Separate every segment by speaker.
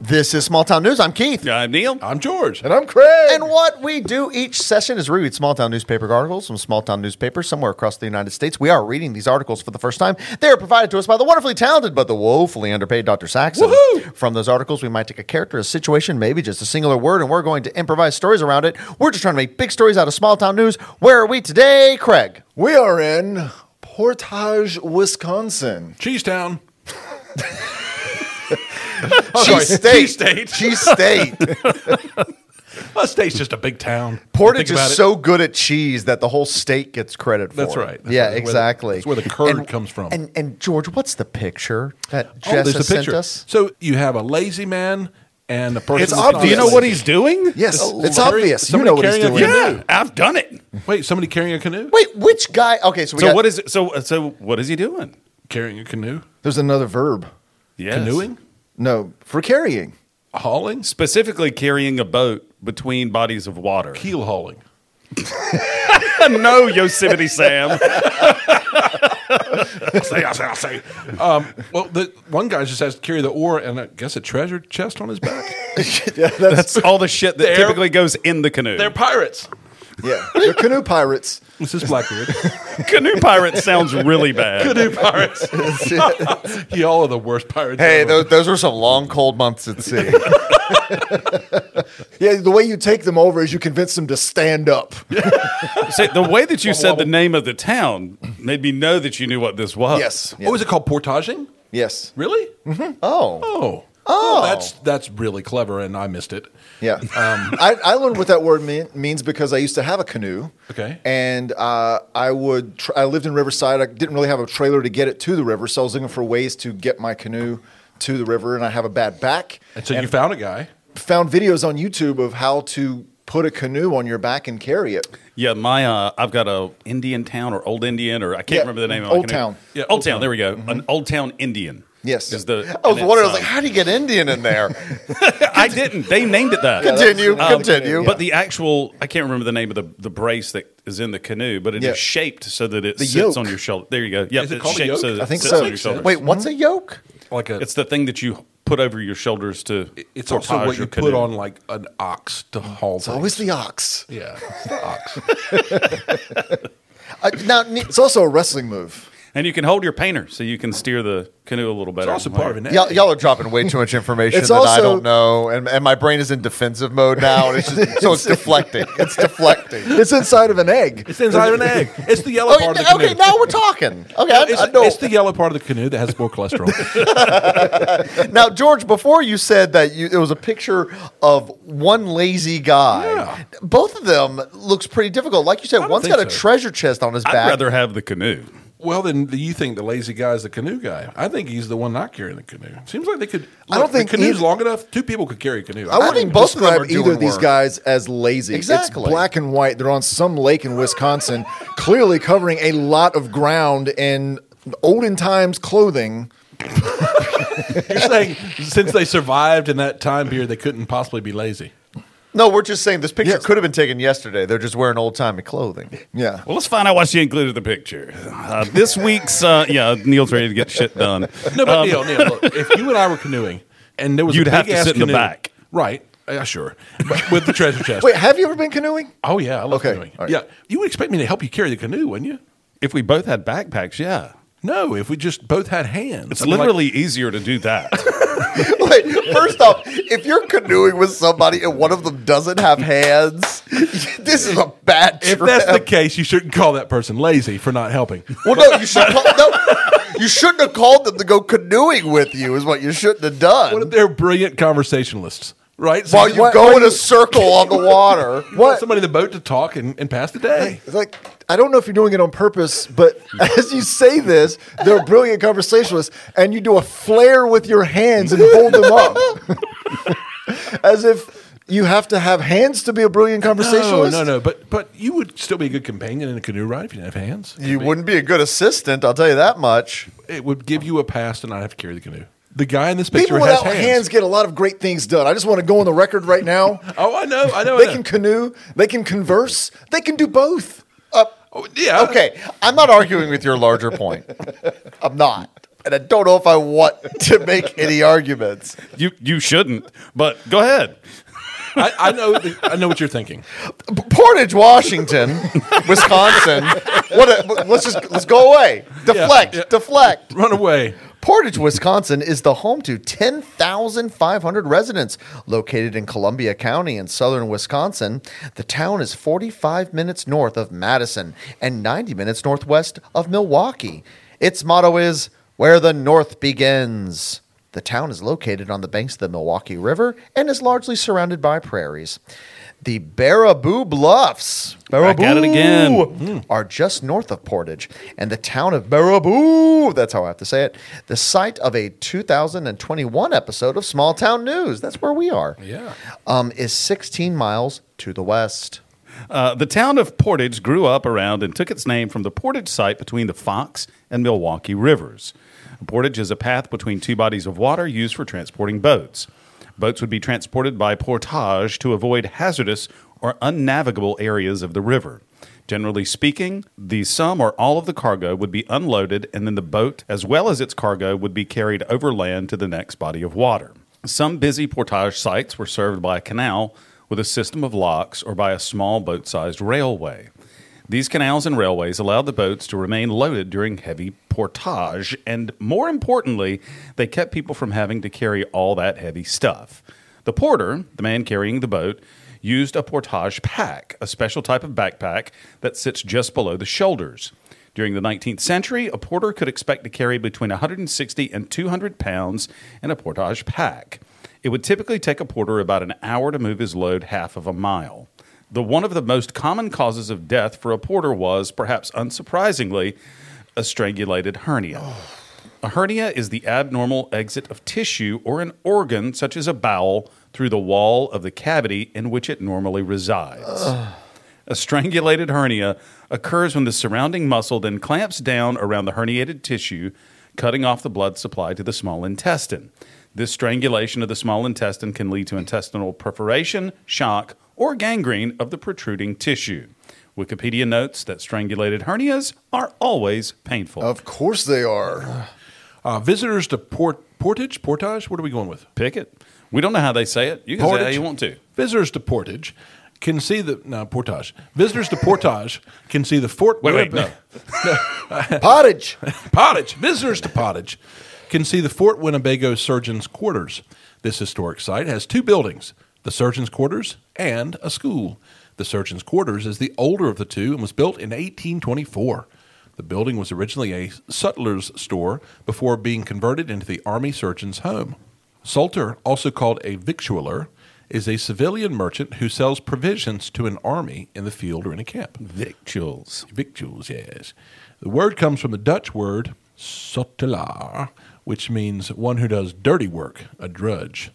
Speaker 1: This is Small Town News. I'm Keith.
Speaker 2: I'm Neil.
Speaker 3: I'm George.
Speaker 4: And I'm Craig.
Speaker 1: And what we do each session is we read small town newspaper articles from small town newspapers somewhere across the United States. We are reading these articles for the first time. They are provided to us by the wonderfully talented but the woefully underpaid Dr. Saxon.
Speaker 3: Woohoo!
Speaker 1: From those articles, we might take a character, a situation, maybe just a singular word, and we're going to improvise stories around it. We're just trying to make big stories out of small town news. Where are we today, Craig?
Speaker 4: we are in Portage, Wisconsin.
Speaker 3: Cheesetown.
Speaker 4: Oh,
Speaker 1: Cheese State.
Speaker 2: Cheese State.
Speaker 1: Cheese State.
Speaker 3: Well, state's just a big town.
Speaker 1: Portage
Speaker 3: Think about
Speaker 1: is
Speaker 3: it.
Speaker 1: so good at cheese that the whole state gets credit for
Speaker 3: That's
Speaker 1: it.
Speaker 3: right. That's
Speaker 1: yeah,
Speaker 3: right. Where the-
Speaker 1: exactly.
Speaker 3: that's where the curd
Speaker 1: And-
Speaker 3: comes from.
Speaker 1: And and George, what's the picture that
Speaker 3: Oh,
Speaker 1: Jess
Speaker 3: there's
Speaker 1: has
Speaker 3: the picture.
Speaker 1: sent us?
Speaker 3: So you have a lazy man and a person.
Speaker 4: It's
Speaker 3: that's not
Speaker 4: obvious.
Speaker 2: Do you know
Speaker 3: lazy.
Speaker 2: what he's doing?
Speaker 4: Yes, it's
Speaker 3: Somebody-
Speaker 4: obvious. You
Speaker 3: somebody
Speaker 4: know what he's
Speaker 3: carrying a
Speaker 4: doing.
Speaker 3: canoe.
Speaker 2: Yeah, I've done it.
Speaker 3: Wait, somebody carrying a canoe?
Speaker 1: Wait, which guy? Okay, so we
Speaker 2: So
Speaker 1: got,
Speaker 2: what is it? So uh, so what is he doing?
Speaker 3: Carrying a canoe?
Speaker 4: There's another verb.
Speaker 2: Yes.
Speaker 3: Canoeing?
Speaker 4: No, for carrying.
Speaker 3: Hauling?
Speaker 2: specifically carrying a boat between bodies of water.
Speaker 3: Keel hauling.
Speaker 2: no, Yosemite Sam.
Speaker 3: say, I say, I say. Um, well, the one guy just has to carry the oar and I guess a treasure chest on his back.
Speaker 4: Yeah, that's
Speaker 2: It's all the shit that
Speaker 3: They're-
Speaker 2: typically goes in the canoe.
Speaker 3: They're pirates.
Speaker 4: yeah. They're canoe pirates.
Speaker 3: This is Blackbeard.
Speaker 2: canoe pirate sounds really bad.
Speaker 3: canoe pirates. Y'all are the worst pirates.
Speaker 1: Hey,
Speaker 3: ever.
Speaker 1: those, those were some long, cold months at sea.
Speaker 4: Yeah, the way you take them over is you convince them to stand up.
Speaker 2: See, the way that you said the name of the town made me know that you knew what this was.
Speaker 4: Yes.
Speaker 3: What was it called? Portaging?
Speaker 4: Yes.
Speaker 3: Really?
Speaker 1: oh,
Speaker 3: Oh. Oh. that's that's really clever, and I missed it.
Speaker 4: Yeah.
Speaker 2: Um,
Speaker 4: I, I learned what that word mean, means because I used to have a canoe.
Speaker 3: Okay.
Speaker 4: And uh, I would, tr- I lived in Riverside. I didn't really have a trailer to get it to the river. So I was looking for ways to get my canoe to the river. And I have a bad back.
Speaker 3: And so you found a guy.
Speaker 4: Found videos on YouTube of how to put a canoe on your back and carry it.
Speaker 2: Yeah, my uh, I've got a Indian town or old Indian or I can't
Speaker 4: Yeah,
Speaker 2: remember the name of
Speaker 4: Old
Speaker 2: my canoe.
Speaker 4: Town. Mm-hmm.
Speaker 2: Yeah, old, town. There we go. An old town Indian.
Speaker 4: Yes.
Speaker 2: Is the,
Speaker 1: I was
Speaker 2: and
Speaker 1: wondering. I was
Speaker 2: it's, um,
Speaker 1: like, how do you get Indian in there?
Speaker 2: uh, I didn't. They named it that. Um,
Speaker 1: continue,
Speaker 4: that's-
Speaker 1: continue.
Speaker 4: yeah.
Speaker 2: But the actual, I can't remember the name of the, the brace that is in the canoe, but it is
Speaker 4: Yeah.
Speaker 2: shaped so that it
Speaker 4: The
Speaker 2: sits
Speaker 4: yoke.
Speaker 2: on your shoulder. There you go. Yeah,
Speaker 3: Is it called a yoke?
Speaker 2: So that
Speaker 4: I think
Speaker 2: it sits
Speaker 4: so.
Speaker 2: on your shoulders.
Speaker 1: Wait, what's a yoke?
Speaker 3: Like a.
Speaker 2: it's the thing that you put over your shoulders to.
Speaker 3: it's
Speaker 2: for
Speaker 3: also
Speaker 2: power
Speaker 3: what
Speaker 2: your
Speaker 3: you
Speaker 2: canoe.
Speaker 3: put on like an ox to haul.
Speaker 4: It's always the ox.
Speaker 3: yeah, it's the ox.
Speaker 1: Uh, now, ne-
Speaker 4: It's also a wrestling move.
Speaker 2: and you can hold your painter so you can steer the canoe a little
Speaker 3: It's
Speaker 2: better.
Speaker 3: also part of an.
Speaker 1: y'all, y'all are dropping way too much information
Speaker 4: It's
Speaker 1: that I
Speaker 4: also-
Speaker 1: don't know, and, and my brain is in defensive mode now, and it's just, so it's deflecting. It's deflecting.
Speaker 4: It's inside of an egg.
Speaker 3: It's inside of an egg. It's the yellow
Speaker 1: Oh,
Speaker 3: part of the canoe.
Speaker 1: okay, now we're talking. Okay, I,
Speaker 3: it's,
Speaker 1: I know.
Speaker 3: it's the yellow part of the canoe that has more cholesterol.
Speaker 1: Now, George, before you said that you, it was a picture of one lazy guy.
Speaker 3: Yeah.
Speaker 1: Both of them looks pretty difficult. Like you said,
Speaker 3: don't
Speaker 1: one's
Speaker 3: think
Speaker 1: got a
Speaker 3: so.
Speaker 1: treasure chest on his
Speaker 2: I'd
Speaker 1: back.
Speaker 2: rather have the canoe.
Speaker 3: well, then do you think the lazy guy is the canoe guy? I think he's the one not carrying the canoe. Seems like they could.
Speaker 4: I don't
Speaker 3: look, the
Speaker 4: think
Speaker 3: canoe's
Speaker 4: either-
Speaker 3: long enough. Two people could carry a canoe.
Speaker 4: I wouldn't
Speaker 1: think both of them
Speaker 4: describe
Speaker 1: are
Speaker 4: either
Speaker 1: doing
Speaker 4: of these
Speaker 1: work.
Speaker 4: guys as lazy.
Speaker 1: Exactly.
Speaker 4: It's black and white. They're on some lake in Wisconsin, clearly covering a lot of ground in olden times clothing.
Speaker 3: You're saying since they survived in that time period, they couldn't possibly be lazy.
Speaker 1: no, we're just saying this picture
Speaker 4: Yes.
Speaker 1: could have been taken yesterday. They're just wearing old timey clothing.
Speaker 4: Yeah.
Speaker 2: Well, let's find out why she included the picture. Uh, this week's, uh, yeah, Neil's ready to get shit done. Um,
Speaker 3: No, but Neil, Neil, look, if you and I were canoeing and there was
Speaker 2: You'd
Speaker 3: a
Speaker 2: have
Speaker 3: big
Speaker 2: to
Speaker 3: ass
Speaker 2: sit in the
Speaker 3: canoe-
Speaker 2: back.
Speaker 3: right? uh, Yeah, sure, But with the treasure chest.
Speaker 4: Wait, have you ever been canoeing?
Speaker 3: Oh yeah, I love
Speaker 4: Okay,
Speaker 3: canoeing.
Speaker 4: all right.
Speaker 3: Yeah, you would expect me to help you carry the canoe, wouldn't you?
Speaker 2: If we both had backpacks, yeah.
Speaker 3: No, if we just both had hands,
Speaker 2: It's
Speaker 3: I mean, like-
Speaker 2: literally easier to do that.
Speaker 1: Wait, first off, if you're canoeing with somebody and one of them doesn't have hands, this is a bad
Speaker 3: if
Speaker 1: trip.
Speaker 3: that's the case, you shouldn't call that person lazy for not helping.
Speaker 1: well, no, you should call, no, you shouldn't have called them to go canoeing with you. Is what you shouldn't have done.
Speaker 3: What if they're brilliant conversationalists, right? So
Speaker 1: while you
Speaker 4: why-
Speaker 1: go
Speaker 4: why
Speaker 1: in a
Speaker 4: you-
Speaker 1: circle on the water.
Speaker 3: want somebody in the boat to talk and, and pass the day.
Speaker 4: It's Like, I don't know if you're doing it on purpose, but as you say this, they're brilliant conversationalists, and you do a flare with your hands and hold them up. as if you have to have hands to be a brilliant
Speaker 3: No,
Speaker 4: conversationalist.
Speaker 3: no, no. But but you would still be a good companion in a canoe ride if you didn't have hands.
Speaker 1: You wouldn't be a good assistant, I'll tell you that much.
Speaker 3: It would give you a pass to not have to carry the canoe. The guy in this
Speaker 4: People
Speaker 3: picture has
Speaker 4: without
Speaker 3: hands.
Speaker 4: hands. get a lot of great things done. I just want to go on the record right now.
Speaker 3: Oh, I know, I know.
Speaker 4: they
Speaker 3: I know.
Speaker 4: can canoe, they can converse, they can do both.
Speaker 3: Oh, yeah.
Speaker 1: Okay, I'm not arguing with your larger point. I'm not. and I don't know if I want to make any arguments.
Speaker 2: You you shouldn't, but go ahead.
Speaker 3: I, I know. The, I know what you're thinking.
Speaker 1: P- Portage, Washington, Wisconsin. What? A, let's just let's go away. Deflect,
Speaker 3: Yeah, yeah.
Speaker 1: deflect.
Speaker 3: Run away.
Speaker 1: Portage, Wisconsin is the home to 10,500 residents. Located in Columbia County in southern Wisconsin, the town is 45 minutes north of Madison and 90 minutes northwest of Milwaukee. Its motto is Where the North Begins. The town is located on the banks of the Milwaukee River and is largely surrounded by prairies. The Baraboo Bluffs
Speaker 2: Back at it again.
Speaker 1: Baraboo are just north of Portage, and the town of Baraboo, that's how I have to say it, the site of a 2021 episode of Small Town News, that's where we are,
Speaker 3: Yeah.
Speaker 1: um, is 16 miles to the west.
Speaker 2: Uh, the town of Portage grew up around and took its name from the Portage site between the Fox and Milwaukee rivers. A portage is a path between two bodies of water used for transporting boats. Boats would be transported by portage to avoid hazardous or unnavigable areas of the river. Generally speaking, the sum or all of the cargo would be unloaded, and then the boat, as well as its cargo, would be carried overland to the next body of water. Some busy portage sites were served by a canal with a system of locks or by a small boat sized railway. These canals and railways allowed the boats to remain loaded during heavy portage, and more importantly, they kept people from having to carry all that heavy stuff. The porter, the man carrying the boat, used a portage pack, a special type of backpack that sits just below the shoulders. During the 19th century, a porter could expect to carry between 160 and 200 pounds in a portage pack. It would typically take a porter about an hour to move his load half of a mile. The one of the most common causes of death for a porter was, perhaps unsurprisingly, a strangulated hernia. A hernia is the abnormal exit of tissue or an organ, such as a bowel, through the wall of the cavity in which it normally resides. A strangulated hernia occurs when the surrounding muscle then clamps down around the herniated tissue, cutting off the blood supply to the small intestine. This strangulation of the small intestine can lead to intestinal perforation, shock, or gangrene of the protruding tissue. Wikipedia notes that strangulated hernias are always painful.
Speaker 4: Of course they are.
Speaker 3: Uh, visitors to Port Portage. Portage. What are we going with?
Speaker 2: Pick it. We don't know how they say it. You can say it how
Speaker 3: Portage?
Speaker 2: you want to.
Speaker 3: Visitors to Portage can see the no Portage. Visitors to Portage can see the Fort.
Speaker 2: Wait, wait,
Speaker 3: Winnebago-
Speaker 4: Pottage.
Speaker 3: Pottage. Visitors to Pottage can see the Fort Winnebago Surgeons Quarters. This historic site has two buildings the Surgeons Quarters and a school. The Surgeons Quarters is the older of the two and was built in 1824. The building was originally a sutler's store before being converted into the Army Surgeon's Home. Salter, also called a victualler, is a civilian merchant who sells provisions to an army in the field or in a camp.
Speaker 2: Victuals.
Speaker 3: Victuals, yes. The word comes from the Dutch word sutelaar, which means one who does dirty work, a drudge.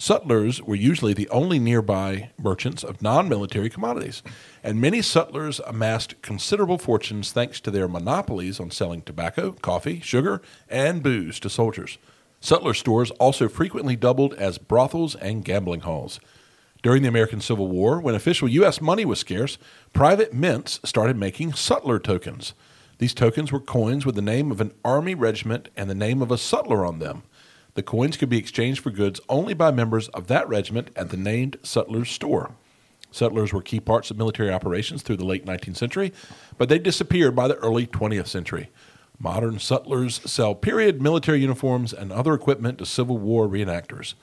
Speaker 3: Sutlers were usually the only nearby merchants of non military commodities, and many sutlers amassed considerable fortunes thanks to their monopolies on selling tobacco, coffee, sugar, and booze to soldiers. Sutler stores also frequently doubled as brothels and gambling halls. During the American Civil War, when official U.S. money was scarce, private mints started making sutler tokens. These tokens were coins with the name of an army regiment and the name of a sutler on them. The coins could be exchanged for goods only by members of that regiment at the named sutler's store. Settlers were key parts of military operations through the late 19th century, but they disappeared by the early 20th century. Modern settlers sell period military uniforms and other equipment to Civil War reenactors.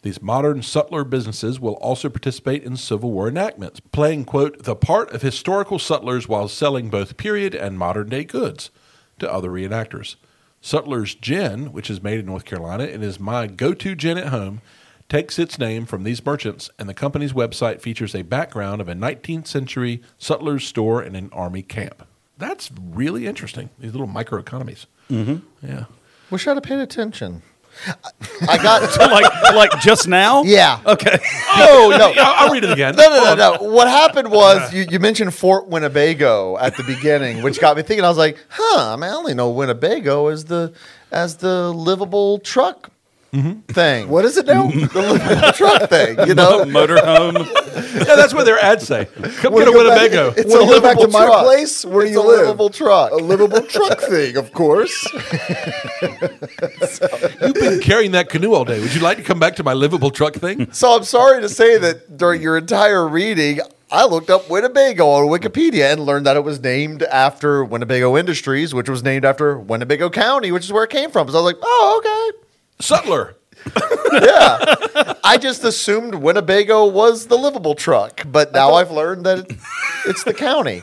Speaker 3: These modern sutler businesses will also participate in Civil War enactments, playing, quote, the part of historical sutlers while selling both period and modern day goods to other reenactors. Sutler's Gin, which is made in North Carolina and is my go to gin at home, takes its name from these merchants, and the company's website features a background of a 19th century sutler's store and an army camp. That's really interesting, these little microeconomies. Mm-hmm. Yeah.
Speaker 1: Wish I'd have paid attention. I, I got.
Speaker 2: like Oh, like just now?
Speaker 1: Yeah.
Speaker 2: Okay.
Speaker 1: Oh, no.
Speaker 3: I'll, I'll read it again.
Speaker 1: No, no, no, no. What happened was you, you mentioned Fort Winnebago at the beginning, which got me thinking. I was like, huh, I, mean, I only know Winnebago as the as the livable truck thing.
Speaker 4: What is it now?
Speaker 1: the little truck thing? You know,
Speaker 2: motorhome.
Speaker 3: yeah, that's what their ads say. Come
Speaker 4: Wanna
Speaker 3: get a
Speaker 4: go back-
Speaker 3: Winnebago.
Speaker 4: It's
Speaker 1: Wanna
Speaker 4: a
Speaker 1: go
Speaker 4: livable back to my
Speaker 1: truck.
Speaker 4: place where
Speaker 1: it's
Speaker 4: you
Speaker 1: a
Speaker 4: live.
Speaker 1: livable truck.
Speaker 4: A livable truck thing, of course.
Speaker 3: You've been carrying that canoe all day. Would you like to come back to my livable truck thing?
Speaker 1: So I'm sorry to say that during your entire reading, I looked up Winnebago on Wikipedia and learned that it was named after Winnebago Industries, which was named after Winnebago County, which is where it came from. So I was like, oh,
Speaker 3: Sutler.
Speaker 1: okay. I just assumed Winnebago was the livable truck, but now I've learned that it- it's the county.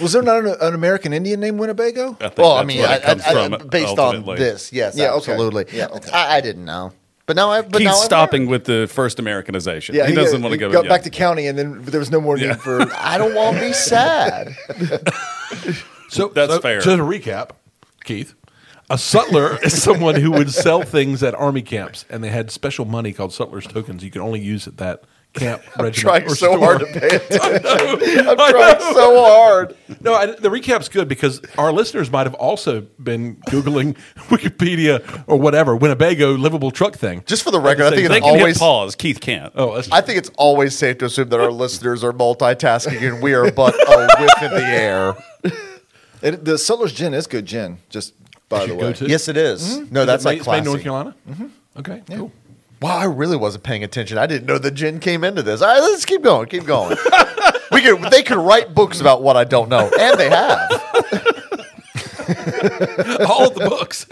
Speaker 4: Was there not an, an American Indian named Winnebago?
Speaker 2: I think
Speaker 1: well, I
Speaker 2: that's
Speaker 1: mean,
Speaker 2: where
Speaker 1: I,
Speaker 2: it comes
Speaker 1: I- I-
Speaker 2: from,
Speaker 1: based
Speaker 2: ultimately.
Speaker 1: on this, yes,
Speaker 4: Yeah, okay.
Speaker 1: absolutely.
Speaker 4: Yeah, okay.
Speaker 1: I, I didn't know, but now I. But now
Speaker 2: Keith's
Speaker 1: I've
Speaker 2: stopping with the first Americanization. he,
Speaker 4: got-
Speaker 2: doesn't want to go
Speaker 4: Got
Speaker 2: yeah.
Speaker 4: back to county, and then there was no more need
Speaker 2: Yeah.
Speaker 4: for.
Speaker 1: learned. I don't want to be sad.
Speaker 3: So
Speaker 2: That's
Speaker 3: so-
Speaker 2: fair.
Speaker 3: So to recap, Keith, a sutler is someone who would sell things at army camps, and they had special money called sutler's tokens you could only use at that camp regiment.
Speaker 1: trying
Speaker 3: or
Speaker 1: so
Speaker 3: store.
Speaker 1: hard to pay attention. I'm
Speaker 3: I
Speaker 1: trying
Speaker 3: know.
Speaker 1: so hard.
Speaker 3: No, I, the recap's good because our listeners might have also been googling Wikipedia or whatever Winnebago livable truck thing.
Speaker 1: Just for the record, I think
Speaker 2: They
Speaker 1: it's
Speaker 2: can hit
Speaker 1: always
Speaker 2: pause. Keith can't.
Speaker 3: oh, that's
Speaker 1: I think it's always safe to assume that our listeners are multitasking and we are but a whiff in the air.
Speaker 4: It, the Sutler's Gin is good gin, just by
Speaker 3: go
Speaker 4: the way.
Speaker 3: to-
Speaker 1: Yes, it is. No,
Speaker 3: Is
Speaker 1: that's
Speaker 3: it made-
Speaker 1: like
Speaker 3: it's made in
Speaker 1: classy. Mm-hmm.
Speaker 3: North Carolina. Okay, cool.
Speaker 1: Wow, I really wasn't paying attention. I didn't know the gin came into this. All right, let's keep going. Keep going. we could. They could write books about what I don't know, and they have.
Speaker 3: All of the books.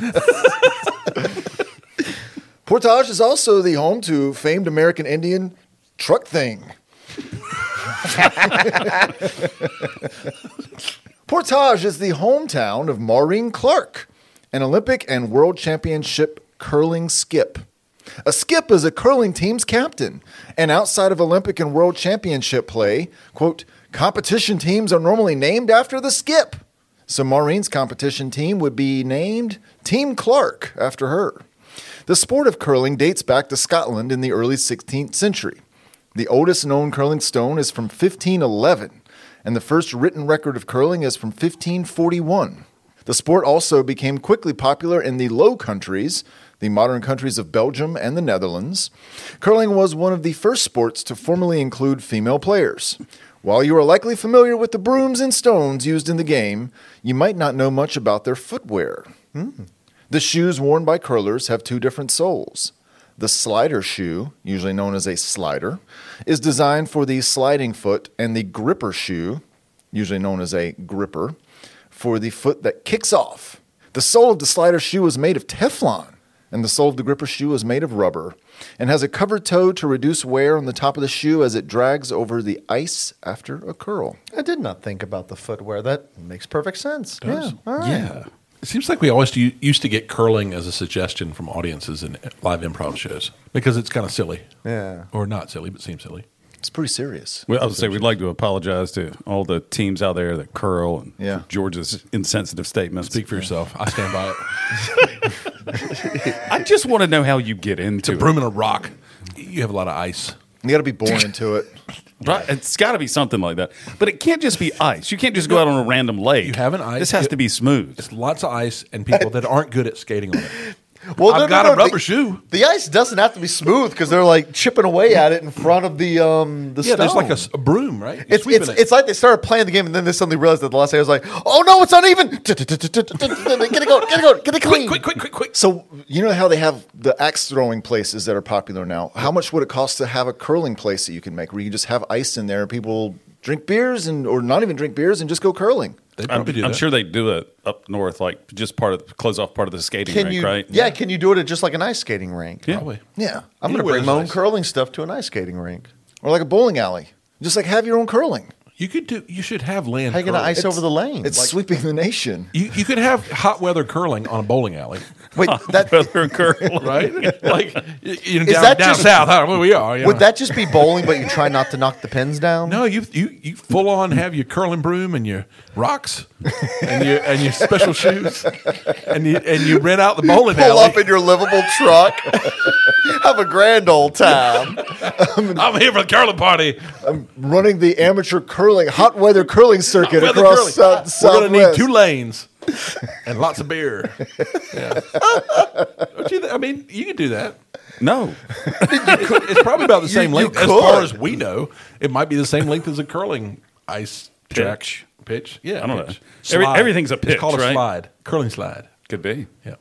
Speaker 4: Portage is also the home to famed American Indian truck thing. Portage is the hometown of Maureen Clark, an Olympic and World Championship curling skip. A skip is a curling team's captain, and outside of Olympic and World Championship play, quote, competition teams are normally named after the skip. So Maureen's competition team would be named Team Clark after her. The sport of curling dates back to Scotland in the early 16th century. The oldest known curling stone is from 1511, and the first written record of curling is from 1541. The sport also became quickly popular in the Low Countries, the modern countries of Belgium and the Netherlands. Curling was one of the first sports to formally include female players. While you are likely familiar with the brooms and stones used in the game, you might not know much about their footwear. The shoes worn by curlers have two different soles. The slider shoe, usually known as a slider, is designed for the sliding foot, and the gripper shoe, usually known as a gripper, for the foot that kicks off. The sole of the slider shoe is made of Teflon, and the sole of the gripper shoe is made of rubber and has a covered toe to reduce wear on the top of the shoe as it drags over the ice after a curl.
Speaker 1: I did not think about the footwear. That makes perfect sense.
Speaker 3: Does?
Speaker 1: Yeah. All right.
Speaker 3: Yeah. It seems like we always u- used to get curling as a suggestion from audiences in live improv shows because it's kind of silly.
Speaker 1: Yeah.
Speaker 3: Or not silly, but seems silly.
Speaker 4: It's pretty serious.
Speaker 2: Well, I would say we'd like to apologize to all the teams out there that curl and
Speaker 4: Yeah.
Speaker 2: George's insensitive statements.
Speaker 3: Speak for yourself. I stand by it.
Speaker 2: I just want to know how you get into it.
Speaker 3: Broom and a rock. You have a lot of ice.
Speaker 4: You got to be born into it.
Speaker 2: Right? It's got to be something like that. But it can't just be ice. You can't just go out on a random lake.
Speaker 3: You have an ice-
Speaker 2: This has to be smooth.
Speaker 3: It's lots of ice and people that aren't good at skating on it.
Speaker 1: Well,
Speaker 3: I've
Speaker 1: no, no,
Speaker 3: got
Speaker 1: no,
Speaker 3: a rubber
Speaker 1: the,
Speaker 3: shoe.
Speaker 1: The ice doesn't have to be smooth because they're like chipping away at it in front of the um the
Speaker 3: Yeah,
Speaker 1: stone.
Speaker 3: there's like a, s- a broom, right? You're
Speaker 1: it's,
Speaker 3: sweeping
Speaker 1: it's,
Speaker 3: it.
Speaker 1: it's like they started playing the game and then they suddenly realized that the last day was like, oh no, it's uneven. Get it going, get it going, get it clean.
Speaker 3: quick, quick, quick, quick.
Speaker 4: So you know how they have the axe throwing places that are popular now. How much would it cost to have a curling place that you can make where you just have ice in there and people drink beers and or not even drink beers and just go curling?
Speaker 3: They
Speaker 2: I'm,
Speaker 3: probably do
Speaker 2: I'm
Speaker 3: that.
Speaker 2: sure they do it up north, like just part of close off part of the skating
Speaker 1: Can
Speaker 2: rink,
Speaker 1: you,
Speaker 2: right?
Speaker 1: Yeah, can you do it at just like an ice skating rink?
Speaker 2: Yeah.
Speaker 3: Probably.
Speaker 4: Yeah,
Speaker 1: I'm going to
Speaker 3: Anywhere
Speaker 1: bring
Speaker 3: is
Speaker 1: my own
Speaker 3: nice.
Speaker 1: curling stuff to an ice skating rink.
Speaker 4: or like a bowling alley. Just like have your own curling.
Speaker 3: You could do. You should have land.
Speaker 1: How you going to
Speaker 3: curling.
Speaker 1: ice over the lane?
Speaker 4: It's
Speaker 1: Like-
Speaker 4: sweeping the nation.
Speaker 3: You, you could have hot weather curling on a bowling alley,
Speaker 1: wait, that,
Speaker 2: Rather curl.
Speaker 3: right? like you you know, down,
Speaker 1: that
Speaker 3: down
Speaker 1: just-
Speaker 3: south, huh, where we are. you know.
Speaker 1: would that just be bowling, but you try not to knock the pins down?
Speaker 3: No, you you you full on have your curling broom and your rocks and your and your special shoes and you and you rent out the bowling
Speaker 1: Pull
Speaker 3: alley.
Speaker 1: up in your livable truck. Have a grand old time.
Speaker 3: I'm here for the curling party.
Speaker 4: Running the amateur curling hot weather curling circuit
Speaker 3: Weather
Speaker 4: across
Speaker 3: curling.
Speaker 4: South,
Speaker 3: We're gonna need
Speaker 4: Southwest.
Speaker 3: two lanes. and lots of beer. Yeah. Don't you th- I mean, you could do that.
Speaker 2: No.
Speaker 3: It- it's probably about the same
Speaker 1: you
Speaker 3: length as far
Speaker 1: could.
Speaker 3: as we know. It might be the same length as a curling ice track
Speaker 2: Pitch.
Speaker 3: pitch. Yeah,
Speaker 2: I don't know.
Speaker 3: pitch.
Speaker 2: Every-
Speaker 3: Slide.
Speaker 2: everything's a pitch,
Speaker 3: It's called a
Speaker 2: right?
Speaker 3: slide, curling slide.
Speaker 2: Could be.
Speaker 3: Yeah,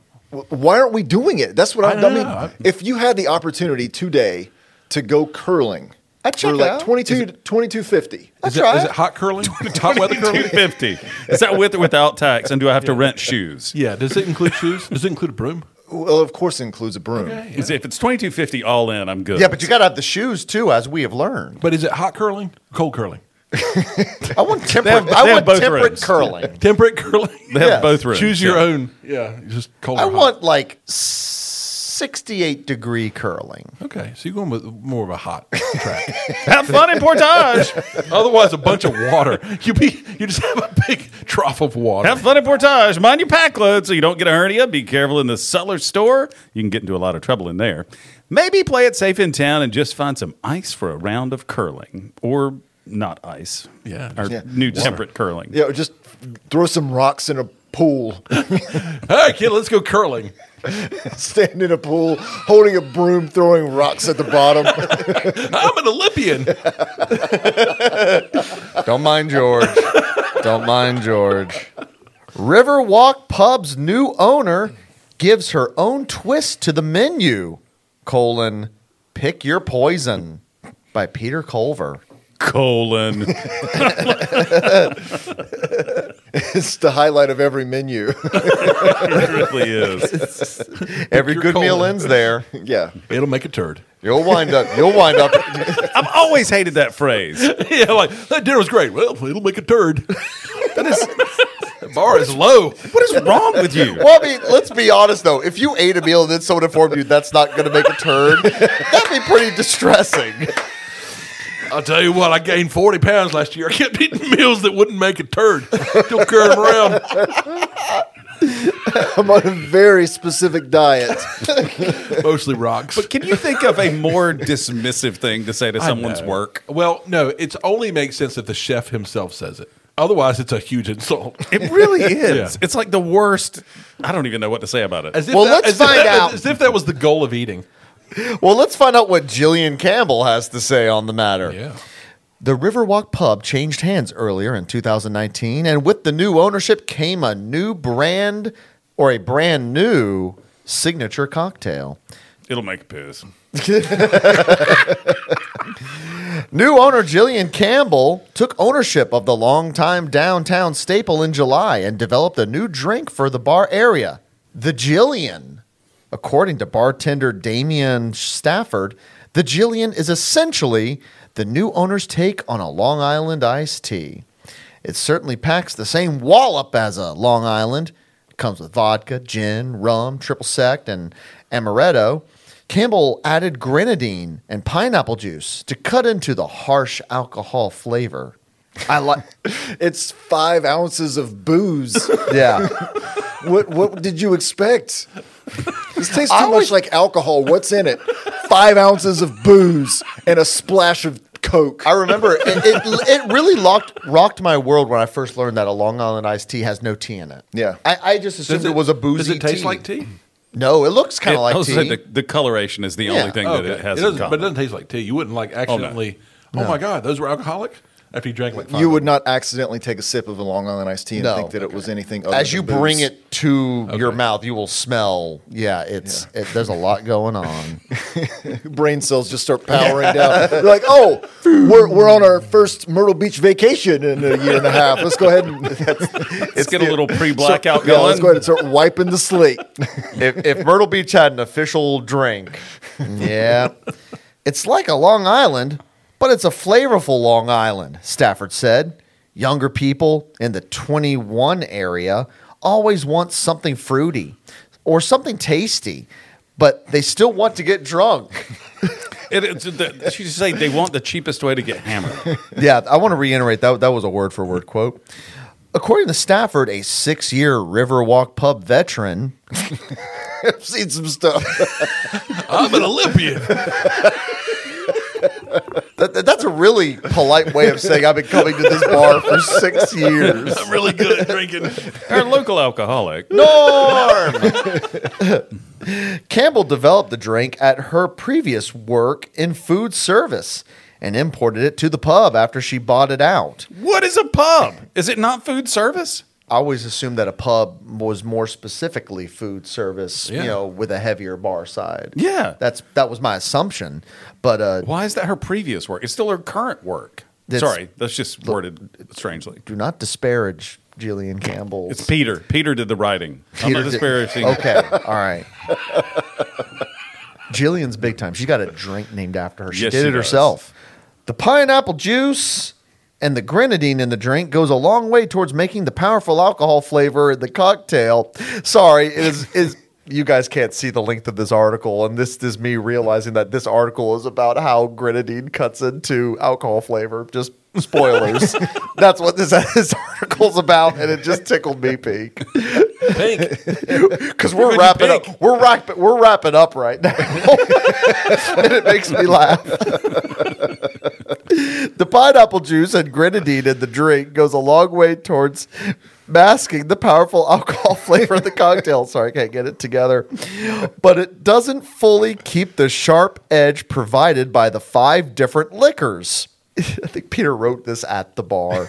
Speaker 4: Why aren't we doing it? That's what I,
Speaker 3: I
Speaker 4: I,
Speaker 3: don't
Speaker 4: mean.
Speaker 3: know.
Speaker 4: If you had the opportunity today to go curling,
Speaker 1: I'd check
Speaker 4: for
Speaker 1: it
Speaker 4: like
Speaker 1: out.
Speaker 4: 22, 2250.
Speaker 3: is it,
Speaker 1: try
Speaker 3: is
Speaker 1: it.
Speaker 3: it hot curling? hot weather curling?
Speaker 2: 250. Is that with or without tax? And do I have to rent shoes?
Speaker 3: Yeah. Does it include shoes? Does it include a broom?
Speaker 4: Well, of course, it includes a broom.
Speaker 3: Okay.
Speaker 2: Is- If it's 2250 all in, I'm good.
Speaker 1: Yeah, but you got to have the shoes too, as we have learned.
Speaker 3: But is it hot curling? Cold curling?
Speaker 1: I want temperate.
Speaker 2: have- they
Speaker 1: I
Speaker 2: have
Speaker 1: want
Speaker 2: both
Speaker 1: temperate
Speaker 2: rooms.
Speaker 1: curling.
Speaker 3: Temperate curling?
Speaker 2: They have
Speaker 1: Yeah.
Speaker 2: both rooms.
Speaker 3: Choose your
Speaker 2: yeah.
Speaker 3: own. Yeah. Just cold.
Speaker 1: I
Speaker 2: Uh-huh.
Speaker 3: or hot.
Speaker 1: want like sixty-eight degree curling.
Speaker 3: Okay, so you're going with more of a hot track.
Speaker 2: Have fun in Portage.
Speaker 3: Otherwise, a bunch of water. You be you just have a big trough of water.
Speaker 2: Have fun in Portage. Mind your pack load so you don't get a hernia. Be careful in the cellar store. You can get into a lot of trouble in there. Maybe play it safe in town and just find some ice for a round of curling or not ice.
Speaker 3: Yeah.
Speaker 2: Our
Speaker 4: Yeah.
Speaker 2: new temperate curling.
Speaker 4: Yeah, or just throw some rocks in a pool,
Speaker 3: All right, kid, let's go curling.
Speaker 4: stand in a pool, holding a broom, throwing rocks at the bottom.
Speaker 3: I'm an Olympian.
Speaker 1: Don't mind George. Don't mind George. Riverwalk Pub's new owner gives her own twist to the menu. Colon, pick your poison by Peter Culver.
Speaker 2: Colon.
Speaker 4: it's the highlight of every menu.
Speaker 2: it really is.
Speaker 1: Every
Speaker 3: your
Speaker 1: good meal
Speaker 3: colon.
Speaker 1: ends there.
Speaker 4: yeah.
Speaker 3: It'll make a turd.
Speaker 1: You'll wind up. You'll wind up.
Speaker 2: I've always hated that phrase.
Speaker 3: yeah, like that dinner was great. Well, it'll make a turd. that is, the bar is low.
Speaker 2: What is wrong with you?
Speaker 1: Well, I mean, let's be honest though. If you ate a meal and then someone informed you that's not going to make a turn, that'd be pretty distressing.
Speaker 3: I'll tell you what, I gained 40 pounds last year. I kept eating meals that wouldn't make a turd. Still carry them around.
Speaker 4: I'm on a very specific diet.
Speaker 3: Mostly rocks.
Speaker 2: But can you think of a more dismissive thing to say to someone's
Speaker 3: know.
Speaker 2: work?
Speaker 3: Well, no, it only makes sense if the chef himself says it. Otherwise, it's a huge insult.
Speaker 2: It really is.
Speaker 3: Yeah.
Speaker 2: It's like the worst. I don't even know what to say about it.
Speaker 3: As if
Speaker 1: Well,
Speaker 3: that-
Speaker 1: let's
Speaker 3: as if
Speaker 1: find
Speaker 3: that-
Speaker 1: out.
Speaker 3: As if that was the goal of eating.
Speaker 1: Well, let's find out what Jillian Campbell has to say on the matter.
Speaker 3: Yeah.
Speaker 1: The Riverwalk Pub changed hands earlier in 2019, and with the new ownership came a new brand or a brand new signature cocktail.
Speaker 2: It'll make a piss.
Speaker 1: New owner Jillian Campbell took ownership of the longtime downtown staple in July and developed a new drink for the bar area, the Jillian. According to bartender Damian Stafford, the Jillian is essentially the new owner's take on a Long Island iced tea. It certainly packs the same wallop as a Long Island. It comes with vodka, gin, rum, triple sec, and amaretto. Campbell added grenadine and pineapple juice to cut into the harsh alcohol flavor. I like,
Speaker 4: It's five ounces of booze.
Speaker 1: yeah.
Speaker 4: what what did you expect? This tastes too
Speaker 1: I
Speaker 4: much like alcohol. What's in it? Five ounces of booze and a splash of Coke.
Speaker 1: I remember it, it, it really locked, rocked my world when I first learned that a Long Island iced tea has no tea in it.
Speaker 4: Yeah.
Speaker 1: I, I just assumed it, was a boozy
Speaker 3: Does it taste
Speaker 1: tea.
Speaker 3: like tea?
Speaker 1: No, it looks kind
Speaker 2: It-
Speaker 1: of like
Speaker 2: I was
Speaker 1: tea.
Speaker 2: saying the, the coloration is the only thing that it
Speaker 3: Okay.
Speaker 2: has in
Speaker 3: doesn't, but it
Speaker 2: common.
Speaker 3: doesn't taste like tea. You wouldn't like accidentally. Oh, my god, those were alcoholic. After you drank like five
Speaker 4: you
Speaker 3: of
Speaker 4: would not accidentally take a sip of a Long Island iced tea and
Speaker 1: No.
Speaker 4: think that it was anything other
Speaker 1: As
Speaker 4: than
Speaker 1: you
Speaker 4: booze.
Speaker 1: bring it to your
Speaker 3: Okay.
Speaker 1: mouth, you will smell. Yeah, it's It, there's a lot going on.
Speaker 4: brain cells just start powering down. They're like, oh, we're, we're on our first Myrtle Beach vacation in a year and a half. Let's go ahead and
Speaker 2: Let's get a little pre-blackout
Speaker 4: yeah,
Speaker 2: going.
Speaker 4: let's go ahead and start wiping the slate.
Speaker 1: if, if Myrtle Beach had an official drink, yeah, it's like a Long Island, but it's a flavorful Long Island. Stafford said, "Younger people in the 21 area always want something fruity or something tasty, but they still want to get drunk."
Speaker 2: It, it's the, she just say they want the cheapest way to get hammered.
Speaker 1: yeah, I want to reiterate that that was a word for word quote. According to Stafford, a six year Riverwalk pub veteran,
Speaker 4: I've seen some stuff.
Speaker 3: them. I'm an Olympian.
Speaker 1: That, that- that's a really polite way of saying I've been coming to this bar for six years.
Speaker 3: I'm really good at drinking.
Speaker 2: Our local alcoholic.
Speaker 1: Norm! Campbell developed the drink at her previous work in food service and imported it to the pub after she bought it out.
Speaker 2: What is a pub? Is it not food service?
Speaker 1: I always assumed that a pub was more specifically food service,
Speaker 3: Yeah.
Speaker 1: you know, with a heavier bar side.
Speaker 2: Yeah.
Speaker 1: That's that was my assumption. But uh,
Speaker 2: Why is that her previous work? It's still her current work.
Speaker 1: That's-
Speaker 2: Sorry, that's just worded strangely.
Speaker 1: do not disparage Jillian Campbell.
Speaker 2: It's Peter. Peter did the writing. I'm not
Speaker 1: Peter did-
Speaker 2: disparaging.
Speaker 1: Okay, all right. Jillian's big time. She got a drink named after her. She
Speaker 2: Yes,
Speaker 1: did
Speaker 2: she
Speaker 1: it
Speaker 2: does.
Speaker 1: herself. The pineapple juice and the grenadine in the drink goes a long way towards making the powerful alcohol flavor in the cocktail. Sorry, it is is you guys can't see the length of this article, and this is me realizing that this article is about how grenadine cuts into alcohol flavor. Just spoilers. That's what this, this article's about, and it just tickled me pink
Speaker 3: Pink.
Speaker 1: because we're wrapping up. We're wrapping. We're wrapping up right now, and it makes me laugh. the pineapple juice and grenadine in the drink goes a long way towards masking the powerful alcohol flavor of the cocktail. Sorry, I can't get it together, but it doesn't fully keep the sharp edge provided by the five different liquors. I think Peter wrote this at the bar.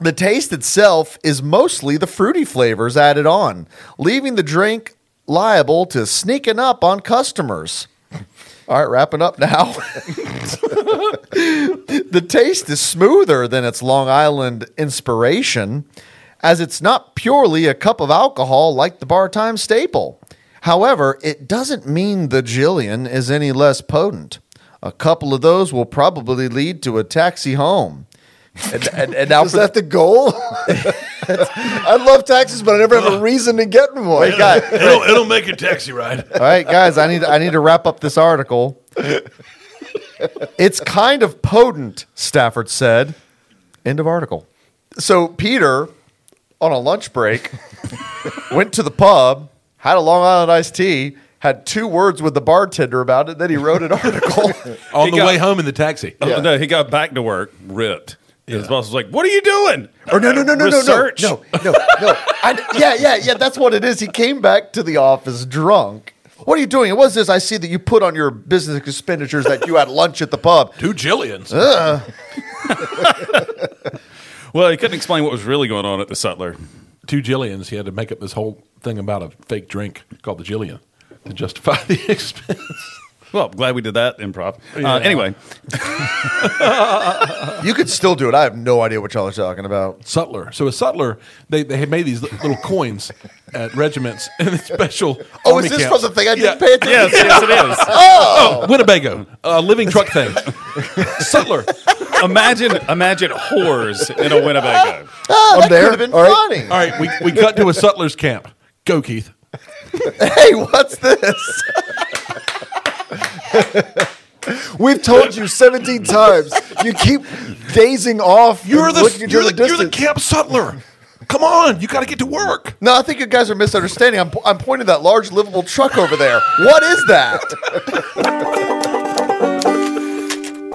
Speaker 1: The taste itself is mostly the fruity flavors added on, leaving the drink liable to sneaking up on customers. All right, wrapping up now. the taste is smoother than its Long Island inspiration, as it's not purely a cup of alcohol like the bar time staple. However, it doesn't mean the Jillian is any less potent. A couple of those will probably lead to a taxi home. And, and, and now
Speaker 4: Is
Speaker 1: for
Speaker 4: that the goal? I love taxes, but I never have a reason to get in one.
Speaker 1: Hey, guys,
Speaker 3: It'll, it'll make your taxi ride.
Speaker 1: all right, guys, I need I need to wrap up this article. it's kind of potent, Stafford said. End of article. So Peter, on a lunch break, went to the pub, had a Long Island iced tea, had two words with the bartender about it, then he wrote an article.
Speaker 3: On
Speaker 2: He
Speaker 3: the
Speaker 2: got-
Speaker 3: way home in the taxi.
Speaker 2: Oh, No, he got back to work ripped. His boss was like, "What are you doing?"
Speaker 1: Or Oh, no, no, no, no, no, no,
Speaker 2: Research.
Speaker 1: no, no, no. I, yeah, yeah, yeah. That's what it is. He came back to the office drunk. What are you doing? It was this. I see that you put on your business expenditures that you had lunch at the pub.
Speaker 3: Two Jillians.
Speaker 2: Well, he couldn't explain what was really going on at the Sutler.
Speaker 3: Two Jillians. He had to make up this whole thing about a fake drink called the Jillian to justify the expense.
Speaker 2: Well, I'm glad we did that improv. Uh, anyway,
Speaker 1: You could still do it. I have no idea what y'all are talking about.
Speaker 3: Sutler. So a sutler, they, they had made these li- little coins at regiments and special.
Speaker 1: Oh,
Speaker 3: army
Speaker 1: is this
Speaker 3: camps.
Speaker 1: from the thing I
Speaker 3: Yeah.
Speaker 1: didn't pay attention?
Speaker 2: yes, yes, it is.
Speaker 3: Oh, Winnebago, a living truck thing. sutler.
Speaker 2: imagine imagine whores in a
Speaker 1: Ah,
Speaker 2: Winnebago.
Speaker 1: that
Speaker 4: I'm there.
Speaker 1: could have been
Speaker 4: All right.
Speaker 1: funny.
Speaker 3: All right, we, we cut to a sutler's camp. Go, Keith.
Speaker 1: Hey, what's this?
Speaker 4: We've told you 17 times. You keep dazing off.
Speaker 3: You're
Speaker 4: and
Speaker 3: the,
Speaker 4: looking at
Speaker 3: you're, the, you're the
Speaker 4: distance.
Speaker 3: camp sutler. Come on, you got to get to work.
Speaker 1: No, I think you guys are misunderstanding. I'm, I'm pointing that large livable truck over there. What is that?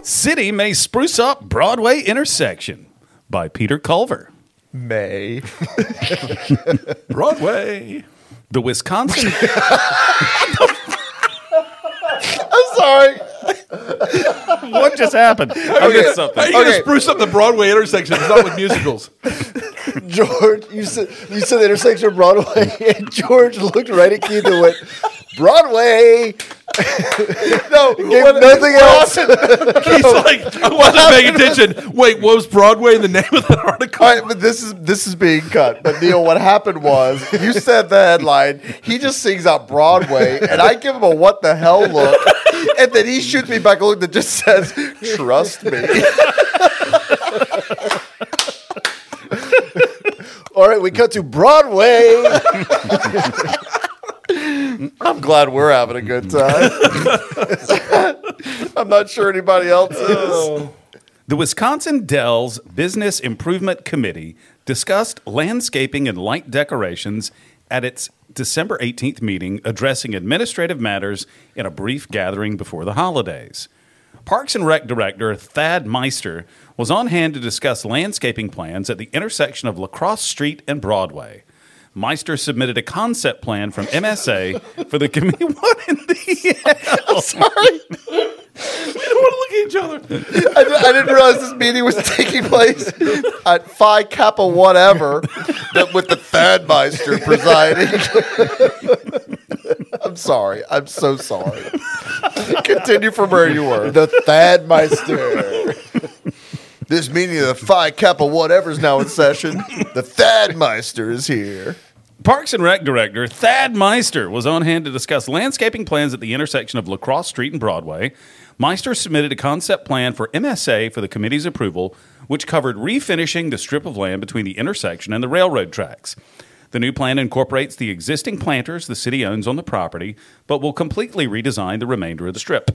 Speaker 2: City may spruce up Broadway intersection by Peter Culver.
Speaker 1: May.
Speaker 3: Broadway.
Speaker 2: The Wisconsin
Speaker 1: I'm sorry.
Speaker 2: What just happened? I missed
Speaker 3: How are
Speaker 2: something.
Speaker 3: you going
Speaker 1: Okay.
Speaker 3: to spruce up the Broadway intersection? It's not with musicals.
Speaker 4: George, you said you said the intersection of Broadway, and George looked right at Keith and went, "Broadway."
Speaker 1: No,
Speaker 4: Gave nothing else.
Speaker 3: He's like, I wasn't paying attention. Wait, what was Broadway in the name of that article?
Speaker 1: All right, but this is this is being cut. But Neil, what happened was you said the headline. He just sings out Broadway, and I give him a what the hell look, and then he shoots me back a look that just says, "Trust me."
Speaker 4: All right, we cut to Broadway.
Speaker 1: I'm glad we're having a good time. I'm not sure anybody else is.
Speaker 2: The Wisconsin Dells Business Improvement Committee discussed landscaping and light decorations at its December 18th meeting, addressing administrative matters in a brief gathering before the holidays. Parks and Rec director Thad Meister was on hand to discuss landscaping plans at the intersection of Lacrosse Street and Broadway. Meister submitted a concept plan from MSA for the community. What in the hell?
Speaker 1: Sorry.
Speaker 2: We don't want to look at each other.
Speaker 1: I, I didn't realize this meeting was taking place at Phi Kappa whatever, that with the Thadmeister presiding. I'm sorry. I'm so sorry. Continue from where you were.
Speaker 4: The Thadmeister.
Speaker 1: This meeting of the Phi Kappa whatever is now in session. The Thadmeister is here.
Speaker 2: Parks and Rec director Thad Meister was on hand to discuss landscaping plans at the intersection of Lacrosse Street and Broadway. Meister submitted a concept plan for MSA for the committee's approval, which covered refinishing the strip of land between the intersection and the railroad tracks. The new plan incorporates the existing planters the city owns on the property, but will completely redesign the remainder of the strip.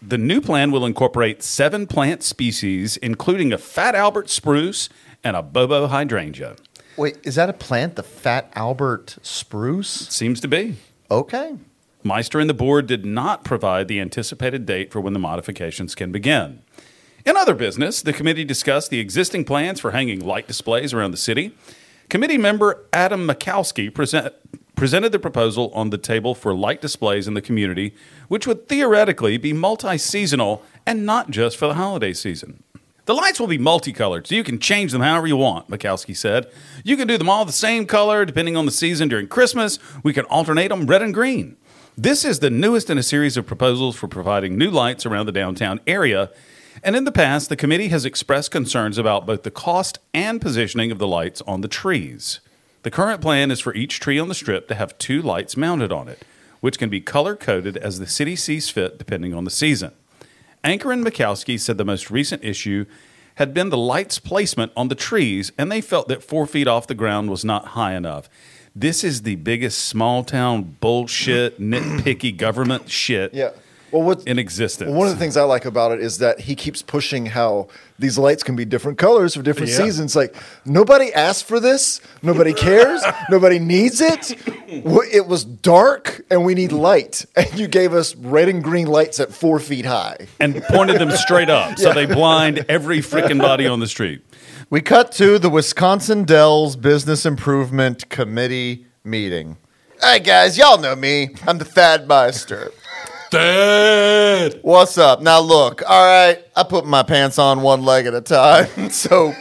Speaker 2: The new plan will incorporate seven plant species, including a Fat Albert spruce and a Bobo hydrangea.
Speaker 1: Wait, is that a plant, the Fat Albert spruce?
Speaker 2: Seems to be.
Speaker 1: Okay.
Speaker 2: Meister and the board did not provide the anticipated date for when the modifications can begin. In other business, the committee discussed the existing plans for hanging light displays around the city. Committee member Adam Mikowski present, presented the proposal on the table for light displays in the community, which would theoretically be multi seasonal and not just for the holiday season. The lights will be multicolored, so you can change them however you want, Mikowski said. You can do them all the same color depending on the season during Christmas. We can alternate them red and green. This is the newest in a series of proposals for providing new lights around the downtown area. And in the past, the committee has expressed concerns about both the cost and positioning of the lights on the trees. The current plan is for each tree on the strip to have two lights mounted on it, which can be color coded as the city sees fit depending on the season. Anchor and Mikowski said the most recent issue had been the light's placement on the trees, and they felt that four feet off the ground was not high enough. This is the biggest small town bullshit, nitpicky government shit
Speaker 4: Yeah. Well, what
Speaker 2: in existence.
Speaker 4: Well, one of the things I like about it is that he keeps pushing how these lights can be different colors for different
Speaker 3: Yeah.
Speaker 4: seasons. Like nobody asked for this, nobody cares, nobody needs it. W- It was dark, and we need light, and you gave us red and green lights at four feet high.
Speaker 2: and pointed them straight up so they blind every freaking body on the street.
Speaker 1: We cut to the Wisconsin Dells Business Improvement Committee meeting. Hey guys, y'all know me. I'm the Thad Meister.
Speaker 3: Dad!
Speaker 1: What's up? Now look, all right, I put my pants on one leg at a time. So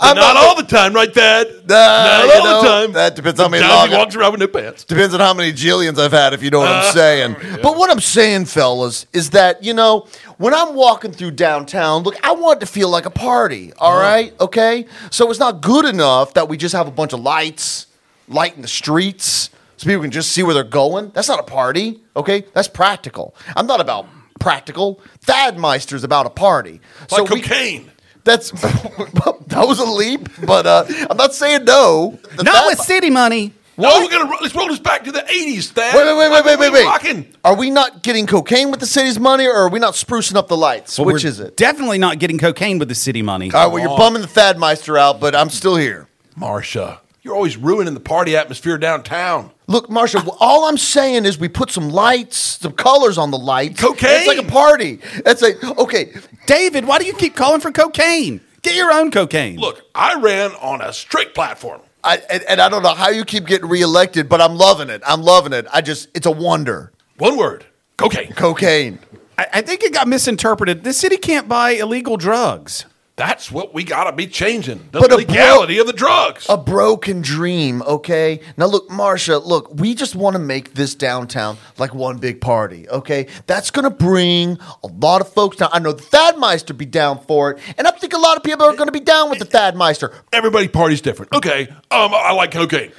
Speaker 1: I'm
Speaker 3: Not all the time, right, Dad?
Speaker 1: Nah,
Speaker 3: Not
Speaker 1: you
Speaker 3: all the
Speaker 1: know,
Speaker 3: time.
Speaker 1: That depends on how many
Speaker 3: Sometimes he
Speaker 1: long-
Speaker 3: walks around with no pants.
Speaker 1: Depends on how many jillions I've had, if you know what
Speaker 3: Uh,
Speaker 1: I'm saying. But what I'm saying, fellas, is that, you know, when I'm walking through downtown, look, I want it to feel like a party,
Speaker 3: Uh-huh.
Speaker 1: all right? Okay? So it's not good enough that we just have a bunch of lights, lighting the streets, so people can just see where they're going. That's not a party, okay? That's practical. I'm not about practical. Thadmeister's about a party.
Speaker 3: Like
Speaker 1: we-
Speaker 3: cocaine.
Speaker 1: that's that was a leap, but uh, I'm not saying no. The Thad-
Speaker 2: city money.
Speaker 3: No, we're gonna ro- let's roll this back to the '80s, Dad.
Speaker 1: Wait, wait, wait, wait,
Speaker 3: Like,
Speaker 1: wait,
Speaker 3: we
Speaker 1: wait, wait.
Speaker 3: Rocking.
Speaker 1: Are we not getting cocaine with the city's money, or are we not sprucing up the lights? Which is it?
Speaker 2: Definitely not getting cocaine with the city money.
Speaker 1: All right, well, you're bumming the Thadmeister out, but I'm still here.
Speaker 3: Marsha, you're always ruining the party atmosphere downtown.
Speaker 1: Look, Marsha, w- all I'm saying is we put some lights, some colors on the lights.
Speaker 3: Cocaine!
Speaker 1: It's like a party. It's like, okay,
Speaker 2: David, why do you keep calling for cocaine? Get your own cocaine.
Speaker 3: Look, I ran on a straight platform.
Speaker 1: I, and, and I don't know how you keep getting reelected, but I'm loving it. I'm loving it. I just, it's a wonder.
Speaker 3: One word: cocaine.
Speaker 1: Cocaine.
Speaker 2: I, I think it got misinterpreted. The city can't buy illegal drugs.
Speaker 3: That's what we gotta be changing. The
Speaker 1: But a
Speaker 3: legality of the drugs.
Speaker 1: A broken dream, okay? Now look, Marsha, look, we just want to make this downtown like one big party, okay? That's gonna bring a lot of folks down. I know the Thadmeister be down for it, and I think a lot of people are gonna be down with the Thadmeister.
Speaker 3: Everybody parties different. Okay, um, I like cocaine.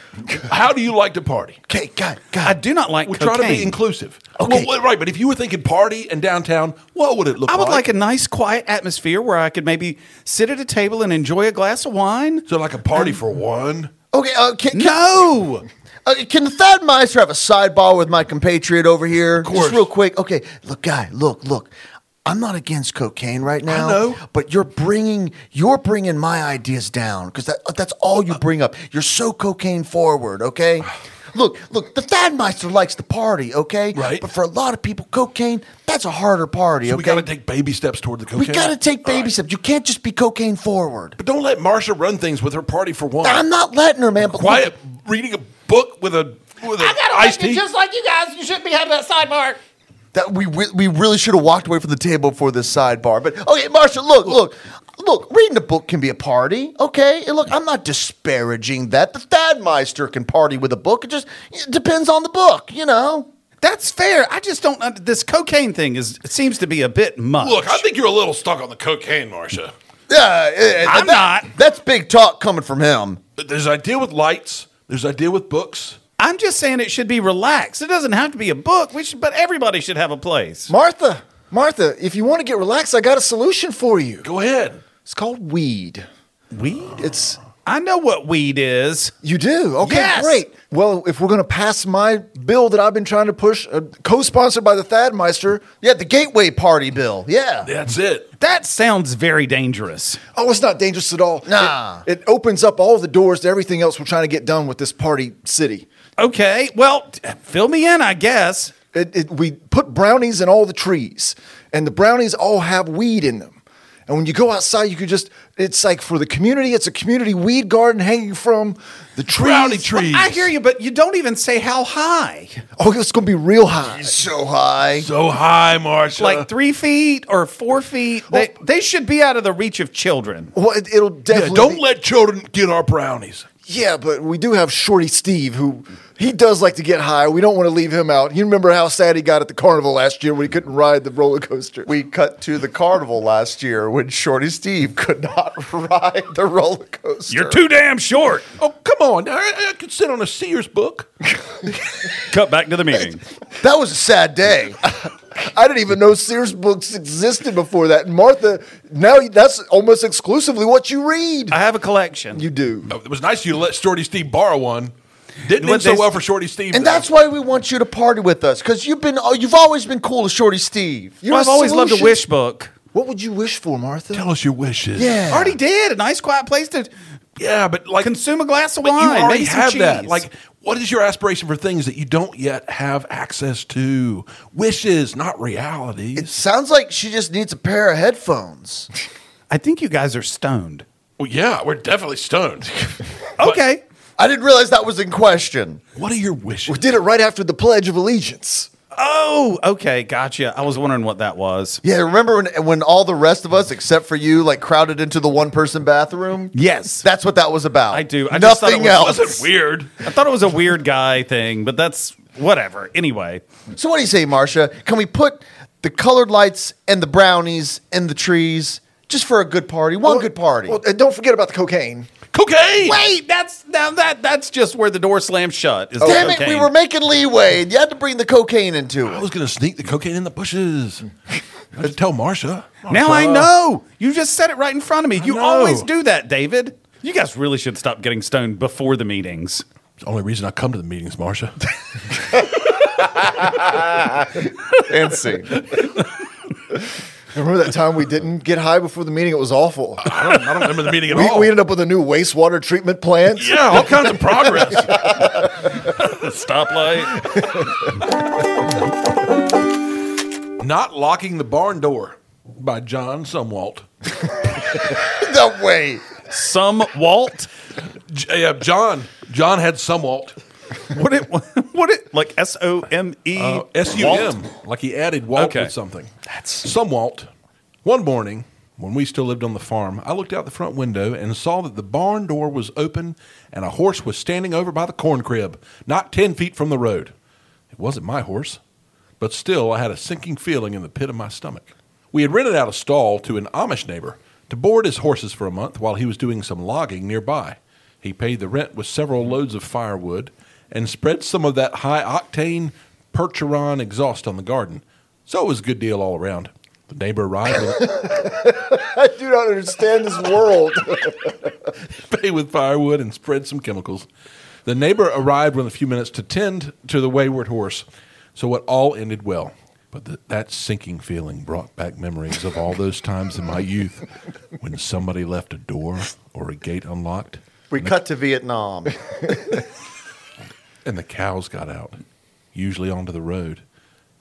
Speaker 3: How do you like to party?
Speaker 1: Okay, God,
Speaker 2: I
Speaker 1: God.
Speaker 2: do not like
Speaker 3: We
Speaker 2: cocaine.
Speaker 3: try to be inclusive.
Speaker 1: Okay.
Speaker 3: Well, well, right, but if you were thinking party and downtown, what would it look
Speaker 2: I
Speaker 3: like?
Speaker 2: would like a nice, quiet atmosphere where I could maybe sit at a table and enjoy a glass of wine.
Speaker 3: so like a party for one.
Speaker 1: Okay, uh, can, can,
Speaker 2: No.
Speaker 1: uh, can the Thadmeister have a sidebar with my compatriot over here? Of
Speaker 3: course.
Speaker 1: Just real quick. Okay, look, guy, look, look. I'm not against cocaine right now,
Speaker 3: know.
Speaker 1: but you're bringing you're bringing
Speaker 3: Uh,
Speaker 1: my ideas down because that that's all you bring up. You're so cocaine forward, okay? Look, look, the Thadmeister likes the party, okay?
Speaker 3: Right.
Speaker 1: But for a lot of people, cocaine, that's a harder party,
Speaker 3: So
Speaker 1: okay?
Speaker 3: we got to take baby steps toward the
Speaker 1: We
Speaker 3: cocaine.
Speaker 1: gotta take
Speaker 3: All
Speaker 1: baby
Speaker 3: right.
Speaker 1: steps. You can't just be cocaine forward.
Speaker 3: But don't let Marsha run things with her party for one.
Speaker 1: I'm not letting her, man. But
Speaker 3: quiet reading a book with a with an iced tea.
Speaker 5: like you guys. You shouldn't be having that sidebar.
Speaker 1: That we re- we really should have walked away from the table for this sidebar. But okay, Marsha, look, look, look. Reading a book can be a party, okay? And look, I'm not disparaging that. The Thadmeister can party with a book. It just it depends on the book, you know.
Speaker 2: That's fair. I just don't. under- This cocaine thing is it seems to be a bit much.
Speaker 3: Look, I think you're a little stuck on the cocaine, Marsha.
Speaker 1: Yeah, eh,
Speaker 2: I'm not.
Speaker 1: That's big talk coming from him.
Speaker 3: There's idea with lights. There's idea with books.
Speaker 2: I'm just saying it should be relaxed. It doesn't have to be a book. We should, but everybody should have a place.
Speaker 4: Martha, Martha, if you want to get relaxed, I got a solution for you.
Speaker 3: Go ahead.
Speaker 4: It's called weed.
Speaker 2: Weed.
Speaker 4: It's
Speaker 2: I know what weed is.
Speaker 4: you do. Okay,
Speaker 2: Yes!
Speaker 4: great. Well, if we're going to pass my bill that I've been trying to push, uh, co-sponsored by the Thadmeister,
Speaker 1: Yeah, the gateway party bill. Yeah.
Speaker 3: That's it.
Speaker 2: That sounds very dangerous.
Speaker 4: oh, it's not dangerous at all.
Speaker 1: Nah.
Speaker 4: It, it opens up all the doors to everything else we're trying to get done with this party city.
Speaker 2: Okay, well, t- fill me in, I guess.
Speaker 4: It, it, we put brownies in all the trees, and the brownies all have weed in them. And when you go outside, you could just, it's like for the community, it's a community weed garden hanging from the trees.
Speaker 3: Brownie trees.
Speaker 2: I hear you, but you don't even say how high.
Speaker 4: Oh, it's going to be real high.
Speaker 1: So high.
Speaker 3: So high, Marsha.
Speaker 2: Like three feet or four feet. They, they should be out of the reach of children.
Speaker 4: Well, it, it'll
Speaker 3: yeah,
Speaker 4: definitely.
Speaker 3: don't
Speaker 4: be-
Speaker 3: let children get our brownies.
Speaker 4: Yeah, but we do have Shorty Steve, who he does like to get high. We don't want to leave him out. You remember how sad he got at the carnival last year when he couldn't ride the roller coaster.
Speaker 1: We cut to the carnival last year when Shorty Steve could not ride the roller coaster.
Speaker 2: too damn short.
Speaker 3: Oh, come on. I, I could sit on a Sears book.
Speaker 2: Cut back to the meeting.
Speaker 1: that was a sad day.
Speaker 4: I didn't even know Sears books existed before that. And Martha, now that's almost exclusively what you read.
Speaker 2: I have a collection.
Speaker 4: You do.
Speaker 3: Oh, it was nice of you to let Shorty Steve borrow one. Didn't
Speaker 2: What
Speaker 3: end so
Speaker 2: they-
Speaker 3: well for Shorty Steve.
Speaker 1: And
Speaker 3: though.
Speaker 1: that's why we want you to party with us, because you've been oh, you've always been cool to Shorty Steve.
Speaker 4: You're
Speaker 2: Well, I've
Speaker 4: a
Speaker 2: always loved a
Speaker 4: solution.
Speaker 2: wish book.
Speaker 4: What would you wish for, Martha?
Speaker 3: Tell us your wishes.
Speaker 4: yeah.
Speaker 2: Already did. A nice, quiet place to
Speaker 3: Yeah, but like
Speaker 2: consume a glass of
Speaker 3: But
Speaker 2: wine.
Speaker 3: you already
Speaker 2: maybe some
Speaker 3: have that.
Speaker 2: cheese.
Speaker 3: Like, what is your aspiration for things that you don't yet have access to? Wishes, not realities.
Speaker 1: Sounds like she just needs a pair of headphones.
Speaker 2: I think you guys are stoned.
Speaker 3: well, yeah, we're definitely stoned.
Speaker 2: Okay.
Speaker 1: I didn't realize that was in question.
Speaker 3: what are your wishes?
Speaker 4: We did it right after the Pledge of Allegiance.
Speaker 2: Oh, okay. Gotcha. I was wondering what that was.
Speaker 1: Yeah, remember when when all the rest of us, except for you, like crowded into the one person bathroom?
Speaker 2: Yes.
Speaker 1: That's what that was about.
Speaker 2: I do. I just thought
Speaker 1: Nothing
Speaker 2: it was-
Speaker 1: else.
Speaker 3: Wasn't weird.
Speaker 2: I thought it was a weird guy thing, but that's whatever. Anyway,
Speaker 1: So what do you say, Marcia? Can we put the colored lights and the brownies and the trees just for a good party? One good party.
Speaker 4: Well, and don't forget about the cocaine.
Speaker 3: Cocaine.
Speaker 2: wait, that's now that that's just where the door slams shut. Is the
Speaker 1: Damn it, we
Speaker 2: cocaine.
Speaker 1: were making leeway. You had to bring the cocaine into
Speaker 3: I
Speaker 1: it.
Speaker 3: was gonna sneak the cocaine in the bushes. I just tell Marsha.
Speaker 2: now I know. You just said it right in front of me. You
Speaker 3: know.
Speaker 2: always do that, David. You guys really should stop getting stoned before the meetings.
Speaker 3: It's the only reason I come to the meetings, Marsha.
Speaker 1: And see.
Speaker 4: Remember that time we didn't get high before the meeting? It was awful.
Speaker 3: I don't, I don't remember the meeting at
Speaker 4: We,
Speaker 3: all.
Speaker 4: we ended up with a new wastewater treatment plant.
Speaker 3: yeah, all kinds of progress.
Speaker 2: Stoplight.
Speaker 3: Not locking the barn door by John Sumwalt.
Speaker 1: no way.
Speaker 2: Some Walt.
Speaker 3: J- yeah, John. John had Sumwalt.
Speaker 2: What it? What it? Like S O M E
Speaker 3: Uh, S U
Speaker 2: Walt?
Speaker 3: M. Like he added Walt
Speaker 2: Okay.
Speaker 3: with something. That's some Walt. One morning, when we still lived on the farm, I looked out the front window and saw that the barn door was open and a horse was standing over by the corn crib, not ten feet from the road. It wasn't my horse, but still I had a sinking feeling in the pit of my stomach. We had rented out a stall to an Amish neighbor to board his horses for a month while he was doing some logging nearby. He paid the rent with several loads of firewood and spread some of that high octane percheron exhaust on the garden. So it was a good deal all around. The neighbor arrived and
Speaker 4: I do not understand this world.
Speaker 3: paid with firewood and spread some chemicals. The neighbor arrived within a few minutes to tend to the wayward horse, so it all ended well. But th- that sinking feeling brought back memories of all those times in my youth when somebody left a door or a gate unlocked
Speaker 1: We cut to Vietnam.
Speaker 3: and the cows got out, usually onto the road,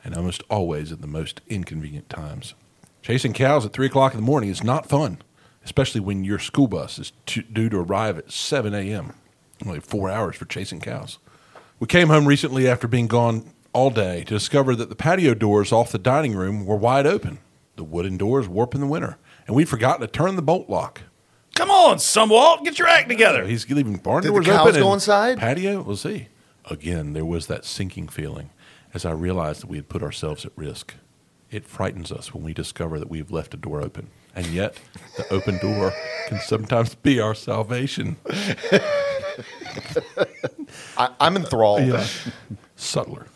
Speaker 3: and almost always at the most inconvenient times. Chasing cows at three o'clock in the morning is not fun, especially when your school bus is t- due to arrive at seven a.m. Only four hours for chasing cows. We came home recently after being gone all day to discover that the patio doors off the dining room were wide open. The wooden doors warp in the winter, and we'd forgotten to turn the bolt lock.
Speaker 2: Come on, Sumwalt, get your act together.
Speaker 3: He's leaving barn
Speaker 1: Did the
Speaker 3: doors
Speaker 1: cows
Speaker 3: open.
Speaker 1: go
Speaker 3: and
Speaker 1: inside?
Speaker 3: Patio. We'll see. Again, there was that sinking feeling as I realized that we had put ourselves at risk. It frightens us when we discover that we've left a door open, and yet the open door can sometimes be our salvation.
Speaker 1: I, I'm enthralled.
Speaker 3: Yeah. Subtler.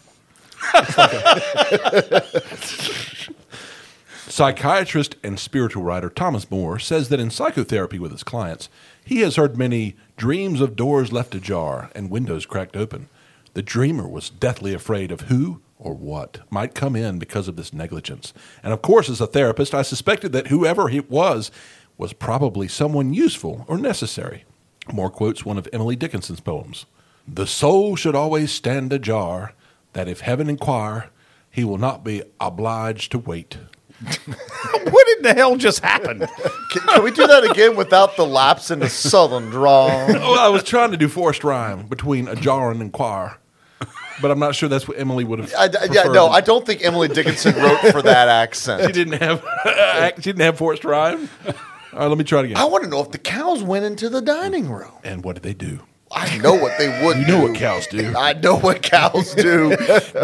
Speaker 3: Psychiatrist and spiritual writer Thomas Moore says that in psychotherapy with his clients, he has heard many dreams of doors left ajar and windows cracked open. The dreamer was deathly afraid of who or what might come in because of this negligence. And of course, as a therapist, I suspected that whoever it was was probably someone useful or necessary. Moore quotes one of Emily Dickinson's poems The soul should always stand ajar, that if heaven inquire, he will not be obliged to wait.
Speaker 2: what in the hell just happened?
Speaker 1: Can, can we do that again without the lapse into southern drawl?
Speaker 3: well, I was trying to do forced rhyme between ajar and inquire, but I'm not sure that's what Emily would have.
Speaker 1: I, I- yeah,
Speaker 3: preferred.
Speaker 1: no, I don't think Emily Dickinson wrote for that
Speaker 3: She
Speaker 1: accent.
Speaker 3: didn't have. she didn't have forced rhyme. All right, let me try it again.
Speaker 1: I want to know if the cows went into the dining room.
Speaker 3: and what did they do?
Speaker 1: I know what they would
Speaker 3: You
Speaker 1: do.
Speaker 3: know what cows do.
Speaker 1: I know what cows do.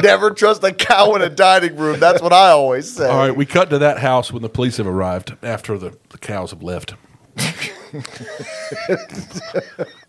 Speaker 1: Never trust a cow in a dining room. That's what I always say.
Speaker 3: All right, we cut to that house when the police have arrived after the, the cows have left.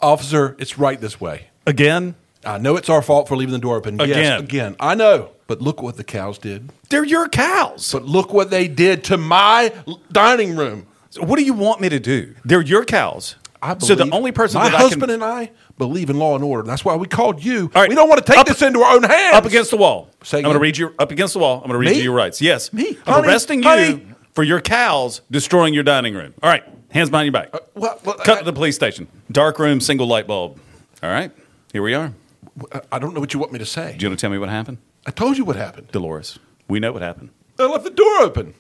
Speaker 3: Officer, it's right this way.
Speaker 2: Again?
Speaker 3: I know it's our fault for leaving the door open.
Speaker 2: Again.
Speaker 3: Yes, again. I know. But look what the cows did.
Speaker 2: They're your cows.
Speaker 3: But look what they did to my l- dining room.
Speaker 2: So what do you want me to do? They're your cows.
Speaker 3: I
Speaker 2: so the
Speaker 3: believe-
Speaker 2: only person
Speaker 3: my
Speaker 2: that
Speaker 3: husband
Speaker 2: I
Speaker 3: and I believe in law and order. That's why we called you.
Speaker 2: All right.
Speaker 3: We don't want to take this into our own hands.
Speaker 2: can up against the wall.
Speaker 3: Say
Speaker 2: I'm going to
Speaker 3: again.
Speaker 2: read you up against the wall. I'm going to read
Speaker 3: Me?
Speaker 2: you your rights. Yes,
Speaker 3: Me?
Speaker 2: I'm
Speaker 3: Honey,
Speaker 2: arresting you
Speaker 3: honey.
Speaker 2: for your cows destroying your dining room. All right, hands behind your back.
Speaker 3: Uh, well, well,
Speaker 2: Cut
Speaker 3: I-
Speaker 2: to the police station. Dark room, single light bulb. All right, here we are.
Speaker 3: uh, I don't know what you want me to say.
Speaker 2: Do you want to tell me what happened,
Speaker 3: I told you what happened.
Speaker 2: Dolores? We know what happened.
Speaker 3: I left the door open.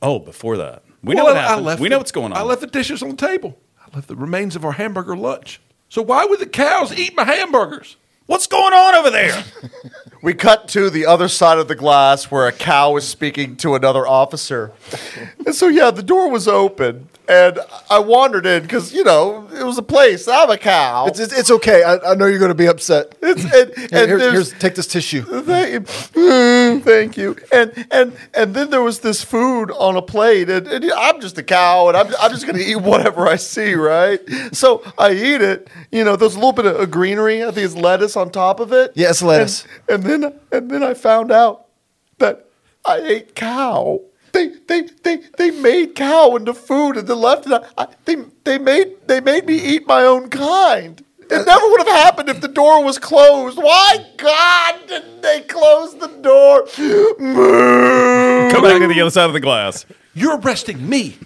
Speaker 2: Oh, before that, we know
Speaker 3: Well,
Speaker 2: what
Speaker 3: I- I
Speaker 2: happened.
Speaker 3: left
Speaker 2: we
Speaker 3: the-
Speaker 2: know what's going on.
Speaker 3: I left the dishes on the table. I left the remains of our hamburger lunch. So why would the cows eat my hamburgers?
Speaker 2: what's going on over there?
Speaker 1: We cut to the other side of the glass where a cow is speaking to another officer. And so, yeah, the door was open. And I wandered in because, you know, it was a place. I'm a cow.
Speaker 4: It's, it's, it's okay. I, I know you're going to be upset.
Speaker 1: It's- and, and
Speaker 4: Here-
Speaker 1: there's-
Speaker 4: here's, take this tissue.
Speaker 1: Thank you. Thank you. And and and then there was this food on a plate, and, and I'm just a cow, and I'm, I'm just going to eat whatever I see, right? So I eat it. You know, there's a little bit of uh, greenery. I think it's lettuce on top of it.
Speaker 4: Yeah, it's lettuce.
Speaker 1: And, and then and then I found out that I ate cow. They, they, they, they made cow into food and then left it. I, they, they, made, they made me eat my own kind. It never would have happened if the door was closed. Why, God, did they close the door? Moo.
Speaker 2: Come back to the other side of the glass.
Speaker 3: You're arresting me.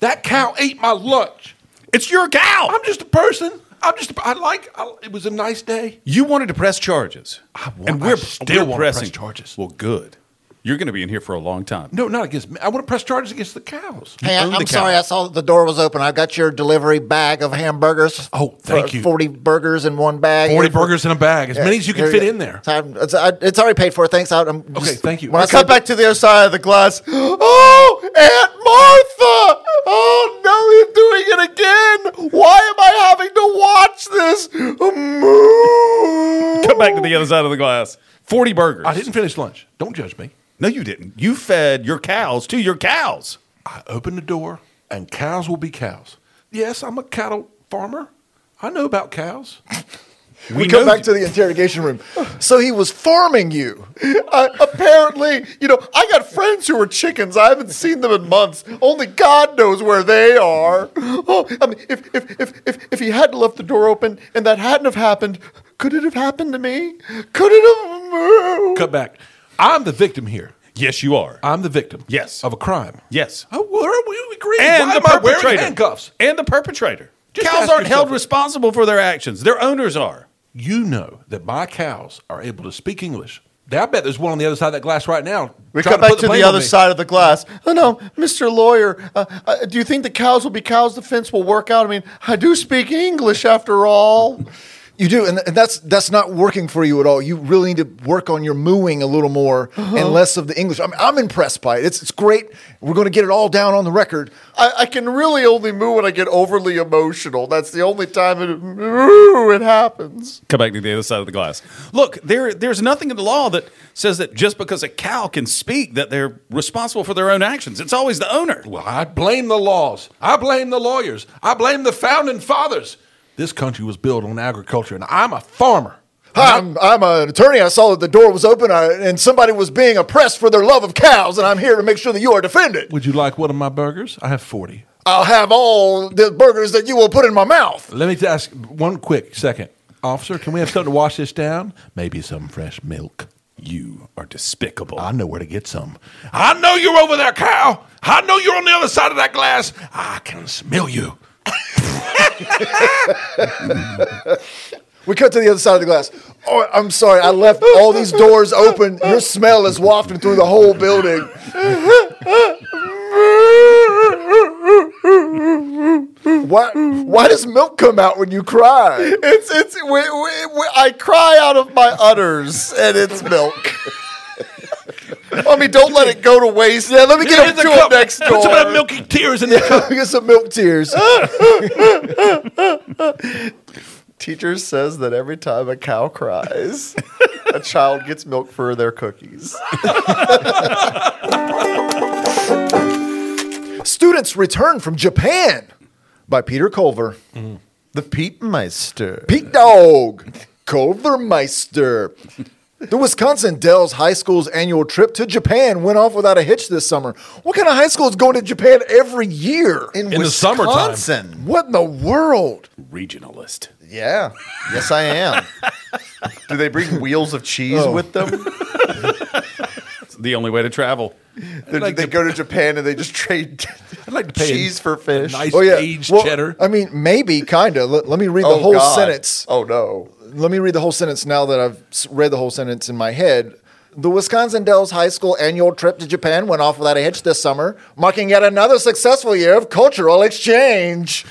Speaker 3: That cow ate my lunch.
Speaker 2: It's your cow.
Speaker 3: I'm just a person. I'm just. A, I like. I, it was a nice day.
Speaker 2: You wanted to press charges.
Speaker 3: I want- I still wanna press charges.
Speaker 2: Well, good. You're going to be in here for a long time.
Speaker 3: No, not against me. I want to press charges against the cows.
Speaker 5: Hey, I,
Speaker 2: own the
Speaker 5: I'm
Speaker 2: cow.
Speaker 5: sorry. I saw that the door was open. I got your delivery bag of hamburgers.
Speaker 3: Oh,
Speaker 4: Uh,
Speaker 3: thank
Speaker 5: For-
Speaker 3: you.
Speaker 5: Forty burgers in one bag.
Speaker 3: 40
Speaker 5: Here-
Speaker 3: burgers in a bag, as many as you can
Speaker 5: here
Speaker 3: fit
Speaker 5: go.
Speaker 3: in there.
Speaker 5: So I'm- It's, I- it's already paid for. Thanks. I- I'm
Speaker 3: Okay,
Speaker 5: just-
Speaker 3: thank you.
Speaker 5: When I
Speaker 1: I cut
Speaker 5: said,
Speaker 1: back to the other side of the glass. Oh, Aunt Martha! Oh no, he's doing it again! Why am I having to watch this? Moo.
Speaker 2: Come back to the other side of the glass. 40 burgers.
Speaker 3: I didn't finish lunch. Don't judge me.
Speaker 2: No, you didn't. You fed your cows to your cows.
Speaker 3: I open the door, and cows will be cows. Yes, I'm a cattle farmer. I know about cows.
Speaker 2: We,
Speaker 4: We come
Speaker 2: know
Speaker 4: back to the interrogation room. So he was farming you.
Speaker 1: Uh, apparently, you know, I got friends who are chickens. I haven't seen them in months. Only God knows where they are. Oh, I mean, if if if if, if he hadn't left the door open and that hadn't have happened, could it have happened to me? Could it have? Moo.
Speaker 3: Cut back. I'm the victim here.
Speaker 2: Yes, you are.
Speaker 3: I'm the victim.
Speaker 2: Yes.
Speaker 3: Of a crime.
Speaker 2: Yes.
Speaker 3: Oh, where are we agreeing?
Speaker 2: And
Speaker 3: Why
Speaker 2: the
Speaker 3: am I wearing
Speaker 2: perpetrator.
Speaker 3: handcuffs?
Speaker 2: And the perpetrator.
Speaker 3: Just
Speaker 2: cows
Speaker 3: ask
Speaker 2: aren't
Speaker 3: yourself
Speaker 2: held
Speaker 3: it.
Speaker 2: responsible for their actions. Their owners are.
Speaker 3: you know that my cows are able to speak English. Now, I bet there's one on the other side of that glass right now.
Speaker 1: We
Speaker 3: trying
Speaker 1: come back
Speaker 3: put
Speaker 1: to
Speaker 3: blame
Speaker 1: the
Speaker 3: on
Speaker 1: other
Speaker 3: me.
Speaker 1: side of the glass. Oh no, Mr. Lawyer, uh, uh, do you think the cows will be cows? The fence will work out. I mean, I do speak English after all.
Speaker 4: You do, and, and that's that's not working for you at all. You really need to work on your mooing a little more
Speaker 3: Uh-huh.
Speaker 4: and less of the English. I'm, I'm impressed by it. It's it's great. We're going to get it all down on the record.
Speaker 1: I, I can really only moo when I get overly emotional. That's the only time it, it happens.
Speaker 2: Come back to the other side of the glass. Look, there, there's nothing in the law that says that just because a cow can speak that they're responsible for their own actions. It's always the owner.
Speaker 3: Well, I blame the laws. I blame the lawyers. I blame the founding fathers. This country was built on agriculture, and I'm a farmer.
Speaker 4: Hi, I'm, I'm an attorney. I saw that the door was open I, and somebody was being oppressed for their love of cows, and I'm here to make sure that you are defended.
Speaker 3: Would you like one of my burgers? I have 40.
Speaker 4: I'll have all the burgers that you will put in my mouth.
Speaker 3: Let me just ask one quick second. Officer, can we have something to wash this down? Maybe some fresh milk.
Speaker 2: You are despicable.
Speaker 3: I know where to get some. I know you're over there, cow. I know you're on the other side of that glass. I can smell you.
Speaker 4: We cut to the other side of the glass. Oh, I'm sorry. I left all these doors open. Your smell is wafting through the whole building. Why, why does milk come out when you cry?
Speaker 1: It's it's we, we, we, I cry out of my udders and it's milk. I mean, don't let it go to waste. Yeah, let me
Speaker 3: Give me
Speaker 1: get
Speaker 3: the
Speaker 1: it to
Speaker 3: cup.
Speaker 1: him next door.
Speaker 3: Put some of that milky tears in there.
Speaker 4: We get some milk tears.
Speaker 1: Teacher says that every time a cow cries, a child gets milk for their cookies.
Speaker 4: Students Return from Japan by Peter Culver.
Speaker 1: Mm-hmm. The Peatmeister.
Speaker 4: Pete Dog, Culvermeister. The Wisconsin Dells High School's annual trip to Japan went off without a hitch this summer. What kind of high school is going to Japan every year?
Speaker 1: in,
Speaker 3: In the summertime.
Speaker 1: Wisconsin.
Speaker 4: what in the world?
Speaker 2: Regionalist.
Speaker 1: Yeah. Yes, I am. Do they bring wheels of cheese with them?
Speaker 2: It's the only way to travel.
Speaker 1: They- they go to Japan and they just trade
Speaker 3: I'd like to pay
Speaker 1: cheese for fish.
Speaker 3: nice
Speaker 4: Oh yeah,
Speaker 3: aged
Speaker 4: Well,
Speaker 3: cheddar.
Speaker 4: I mean, maybe kind of. Let, let me read
Speaker 1: Oh,
Speaker 4: the whole
Speaker 1: God.
Speaker 4: sentence.
Speaker 1: Oh, no.
Speaker 4: Let me read the whole sentence now that I've s- read the whole sentence in my head. The Wisconsin Dells High School annual trip to Japan went off without a hitch this summer, marking yet another successful year of cultural exchange.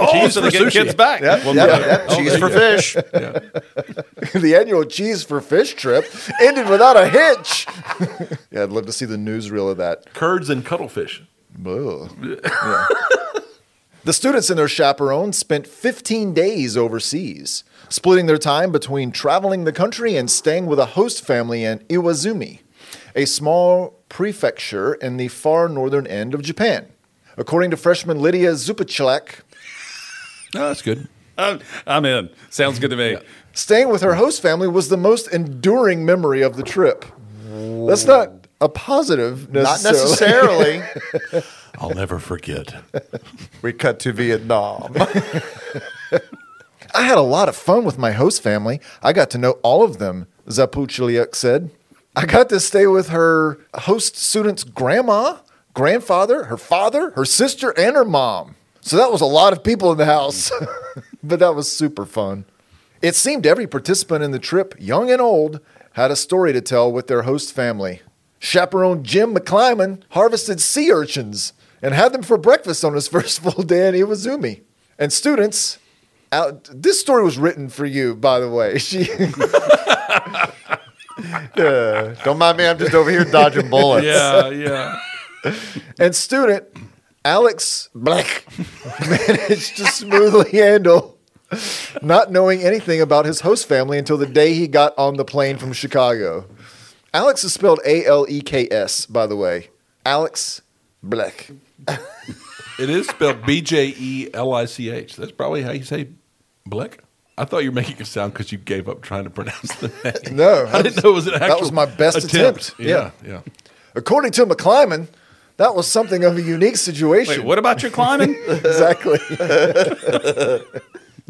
Speaker 2: Oh,
Speaker 3: Cheese
Speaker 2: so
Speaker 3: for
Speaker 2: they're getting
Speaker 3: sushi.
Speaker 2: kids back. Well,
Speaker 1: Yep,
Speaker 2: no.
Speaker 1: yep, cheese for fish.
Speaker 4: the annual cheese for fish trip ended without a hitch. yeah, I'd love to see the newsreel of that.
Speaker 3: curds and cuttlefish.
Speaker 4: Ugh. Yeah. the students and their chaperones spent 15 days overseas, splitting their time between traveling the country and staying with a host family in Iwazumi, a small prefecture in the far northern end of Japan. According to freshman Lydia Zupachlek,
Speaker 3: No, that's good.
Speaker 2: I'm, I'm in. Sounds good to me.
Speaker 4: Staying with her host family was the most enduring memory of the trip. That's not a positive
Speaker 1: Not
Speaker 4: necessarily.
Speaker 1: necessarily.
Speaker 3: I'll never forget.
Speaker 1: we cut to Vietnam.
Speaker 4: I had a lot of fun with my host family. I got to know all of them, Zapuchiliuk said. I got to stay with her host student's grandma, grandfather, her father, her sister, and her mom. So that was a lot of people in the house, but that was super fun. It seemed every participant in the trip, young and old, had a story to tell with their host family. Chaperone Jim McClyman harvested sea urchins and had them for breakfast on his first full day in Iwazumi. And students, out, this story was written for you, by the way. She,
Speaker 1: Don't mind me. I'm just over here dodging bullets.
Speaker 3: Yeah, yeah.
Speaker 4: and student Alex Black managed to smoothly handle not knowing anything about his host family until the day he got on the plane from Chicago. Alex is spelled A L E K S, by the way. Alex Black.
Speaker 3: It is spelled B J E L I C H. That's probably how you say Bleck. I thought you were making a sound because you gave up trying to pronounce the name.
Speaker 4: No,
Speaker 3: I didn't know it was an actual.
Speaker 4: was my best attempt.
Speaker 3: Yeah, yeah.
Speaker 4: according to McClyman, that was something of a unique situation.
Speaker 2: Wait, what about your climbing?
Speaker 4: exactly.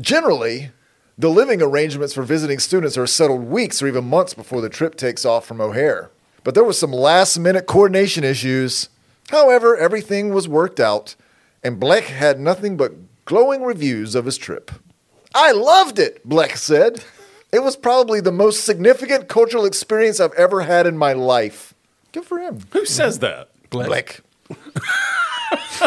Speaker 4: Generally, the living arrangements for visiting students are settled weeks or even months before the trip takes off from O'Hare. But there were some last minute coordination issues. However, everything was worked out, and Bleck had nothing but glowing reviews of his trip. I loved it, Bleck said. It was probably the most significant cultural experience I've ever had in my life. Good for him.
Speaker 2: Who says that?
Speaker 4: Bleck.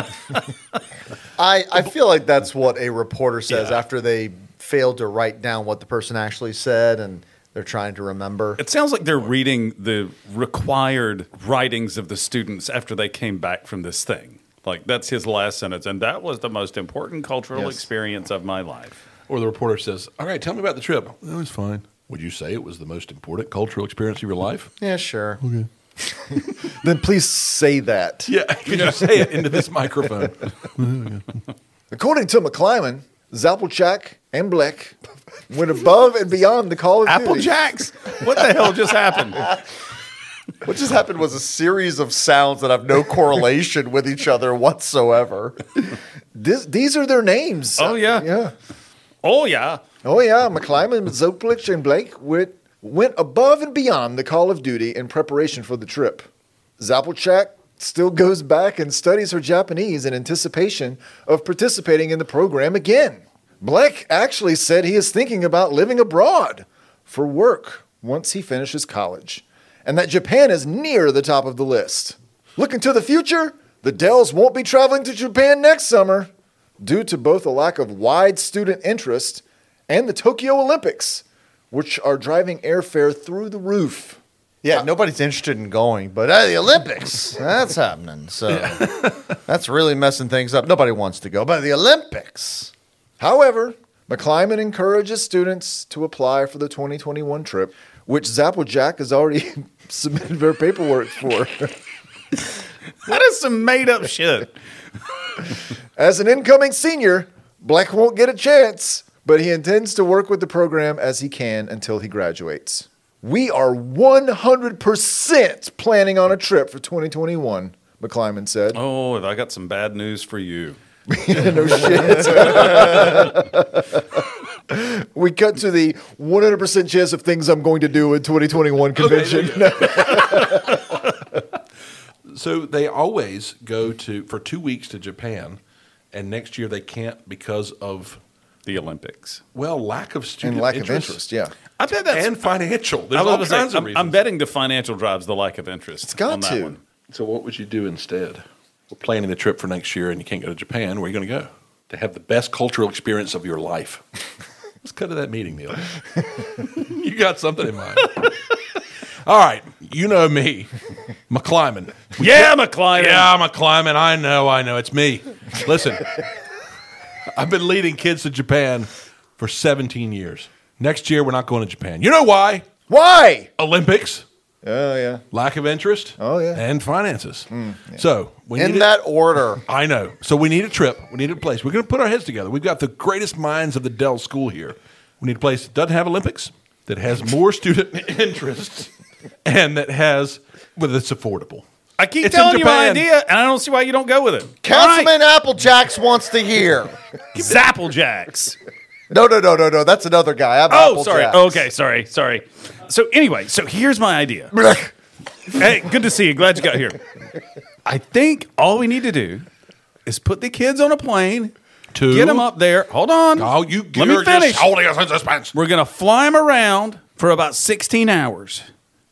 Speaker 1: I, I feel like that's what a reporter says after they failed to write down what the person actually said and they're trying to remember.
Speaker 2: It sounds like they're reading the required writings of the students after they came back from this thing. Like that's his last sentence, and that was the most important cultural
Speaker 1: Yes.
Speaker 2: experience of my life.
Speaker 3: Or the reporter says, All right, tell me about the trip. It was fine. Would you say it was the most important cultural experience of your life?
Speaker 1: Yeah, sure.
Speaker 4: Then please say that.
Speaker 3: Yeah. Could you say it into this microphone?
Speaker 4: According to McClyman, Zappelchak and Bleck went above and beyond the Call of
Speaker 2: Apple
Speaker 4: Duty.
Speaker 2: Jacks. What the hell just happened?
Speaker 1: What just happened was a series of sounds that have no correlation with each other whatsoever.
Speaker 4: This, these are their names.
Speaker 2: Oh, yeah.
Speaker 4: Yeah.
Speaker 2: Oh yeah.
Speaker 4: Oh yeah, McClyman, Zoplich, and Blake went, went above and beyond the call of duty in preparation for the trip. Zappelchak still goes back and studies her Japanese in anticipation of participating in the program again. Blake actually said he is thinking about living abroad for work once he finishes college, and that Japan is near the top of the list. Looking to the future, the Dells won't be traveling to Japan next summer due to both a lack of wide student interest and the Tokyo Olympics, which are driving airfare through the roof.
Speaker 1: Yeah,
Speaker 4: Uh,
Speaker 1: nobody's interested in going, but uh, the Olympics, that's happening. So that's really messing things up. Nobody wants to go, but the Olympics.
Speaker 4: However, McClyman encourages students to apply for the 2021 trip, which Zapplejack has already submitted their paperwork for.
Speaker 2: That is some made up shit.
Speaker 4: As an incoming senior, Black won't get a chance, but he intends to work with the program as he can until he graduates. We are 100% planning on a trip for 2021, McClyman said.
Speaker 2: Oh, I got some bad news for you.
Speaker 4: no shit. we cut to the 100% chance of things I'm going to do in 2021 convention.
Speaker 3: so they always go to for two weeks to Japan, and next year they can't because of
Speaker 2: The Olympics.
Speaker 3: well lack of student
Speaker 4: and lack
Speaker 3: interest,
Speaker 4: of interest, yeah.
Speaker 2: I bet that's.
Speaker 3: and financial.
Speaker 2: I
Speaker 3: There's all
Speaker 2: was
Speaker 3: kinds
Speaker 2: gonna
Speaker 3: of
Speaker 2: say, I'm,
Speaker 3: reasons.
Speaker 2: I'm betting the financial drives the lack of interest. It's
Speaker 4: got
Speaker 2: on that
Speaker 4: to.
Speaker 2: One.
Speaker 3: so what would you do instead? We're planning the trip for next year, and you can't go to Japan. Where are you going to go to have the best cultural experience of your life? Let's cut to that meeting, Neil. you got something in mind. All right, you know me, McClyman.
Speaker 2: Yeah, McClyman.
Speaker 3: Yeah, I'm a climbing. I know, I know. It's me. Listen, I've been leading kids to Japan for 17 years. Next year, we're not going to Japan. You know why?
Speaker 4: Why?
Speaker 3: Olympics,
Speaker 4: Oh, yeah.
Speaker 3: lack of interest.
Speaker 4: Oh, yeah. Mm,
Speaker 3: And finances. So we need
Speaker 1: In
Speaker 3: a-
Speaker 1: that order.
Speaker 3: I know. So we need a trip. We need a place. We're going to put our heads together. We've got the greatest minds of the Dell School here. We need a place that doesn't have Olympics, that has more student interest, and that has, well, that's affordable.
Speaker 2: I keep
Speaker 3: It's in
Speaker 2: telling you my
Speaker 3: Japan.
Speaker 2: idea, and I don't see why you don't go with it.
Speaker 1: Councilman Applejacks wants to hear.
Speaker 2: Zapplejacks.
Speaker 1: No, no, no, no, no. That's another guy. I'm
Speaker 2: Oh, sorry.
Speaker 1: Applejacks.
Speaker 2: Okay, sorry, sorry. So anyway, so here's my idea. hey, good to see you. Glad you got here. I think all we need to do is put the kids on a plane,
Speaker 3: To
Speaker 2: get them up there. Hold on.
Speaker 3: Oh, you
Speaker 2: Let me
Speaker 3: you're
Speaker 2: finish.
Speaker 3: Just holding us in suspense.
Speaker 2: We're gonna fly them around for about 16 hours,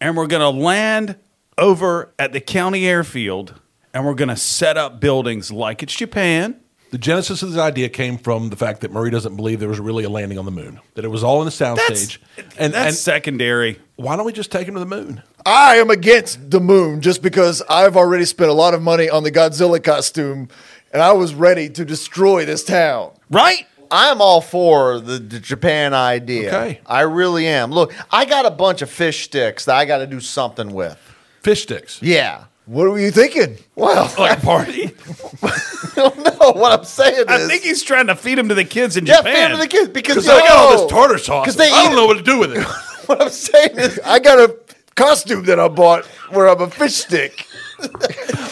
Speaker 2: and we're gonna land over at the county airfield, and we're gonna set up buildings like it's Japan.
Speaker 3: The genesis of this idea came from the fact that Murray doesn't believe there was really a landing on the moon, that it was all in the soundstage. And,
Speaker 2: that's
Speaker 3: and
Speaker 2: secondary.
Speaker 3: why don't we just take him to the moon?
Speaker 4: I am against the moon just because I've already spent a lot of money on the Godzilla costume and I was ready to destroy this town.
Speaker 2: Right?
Speaker 1: I'm all for the, the Japan idea.
Speaker 3: Okay.
Speaker 1: I really am. Look, I got a bunch of fish sticks that I got to do something with.
Speaker 3: Fish sticks.
Speaker 1: Yeah.
Speaker 4: What were you thinking?
Speaker 1: Well,
Speaker 2: Like party.
Speaker 1: no, what I'm saying
Speaker 2: I
Speaker 1: is,
Speaker 2: think he's trying to feed him to the kids in
Speaker 1: yeah,
Speaker 2: Japan.
Speaker 1: fan of the kids because
Speaker 3: Because I got all
Speaker 1: yo,
Speaker 3: this tartar sauce.
Speaker 1: 'Cause they
Speaker 3: I don't
Speaker 1: eat-
Speaker 3: know what to do with it.
Speaker 1: What I'm saying is,
Speaker 4: I got a costume that I bought where I'm a fish stick.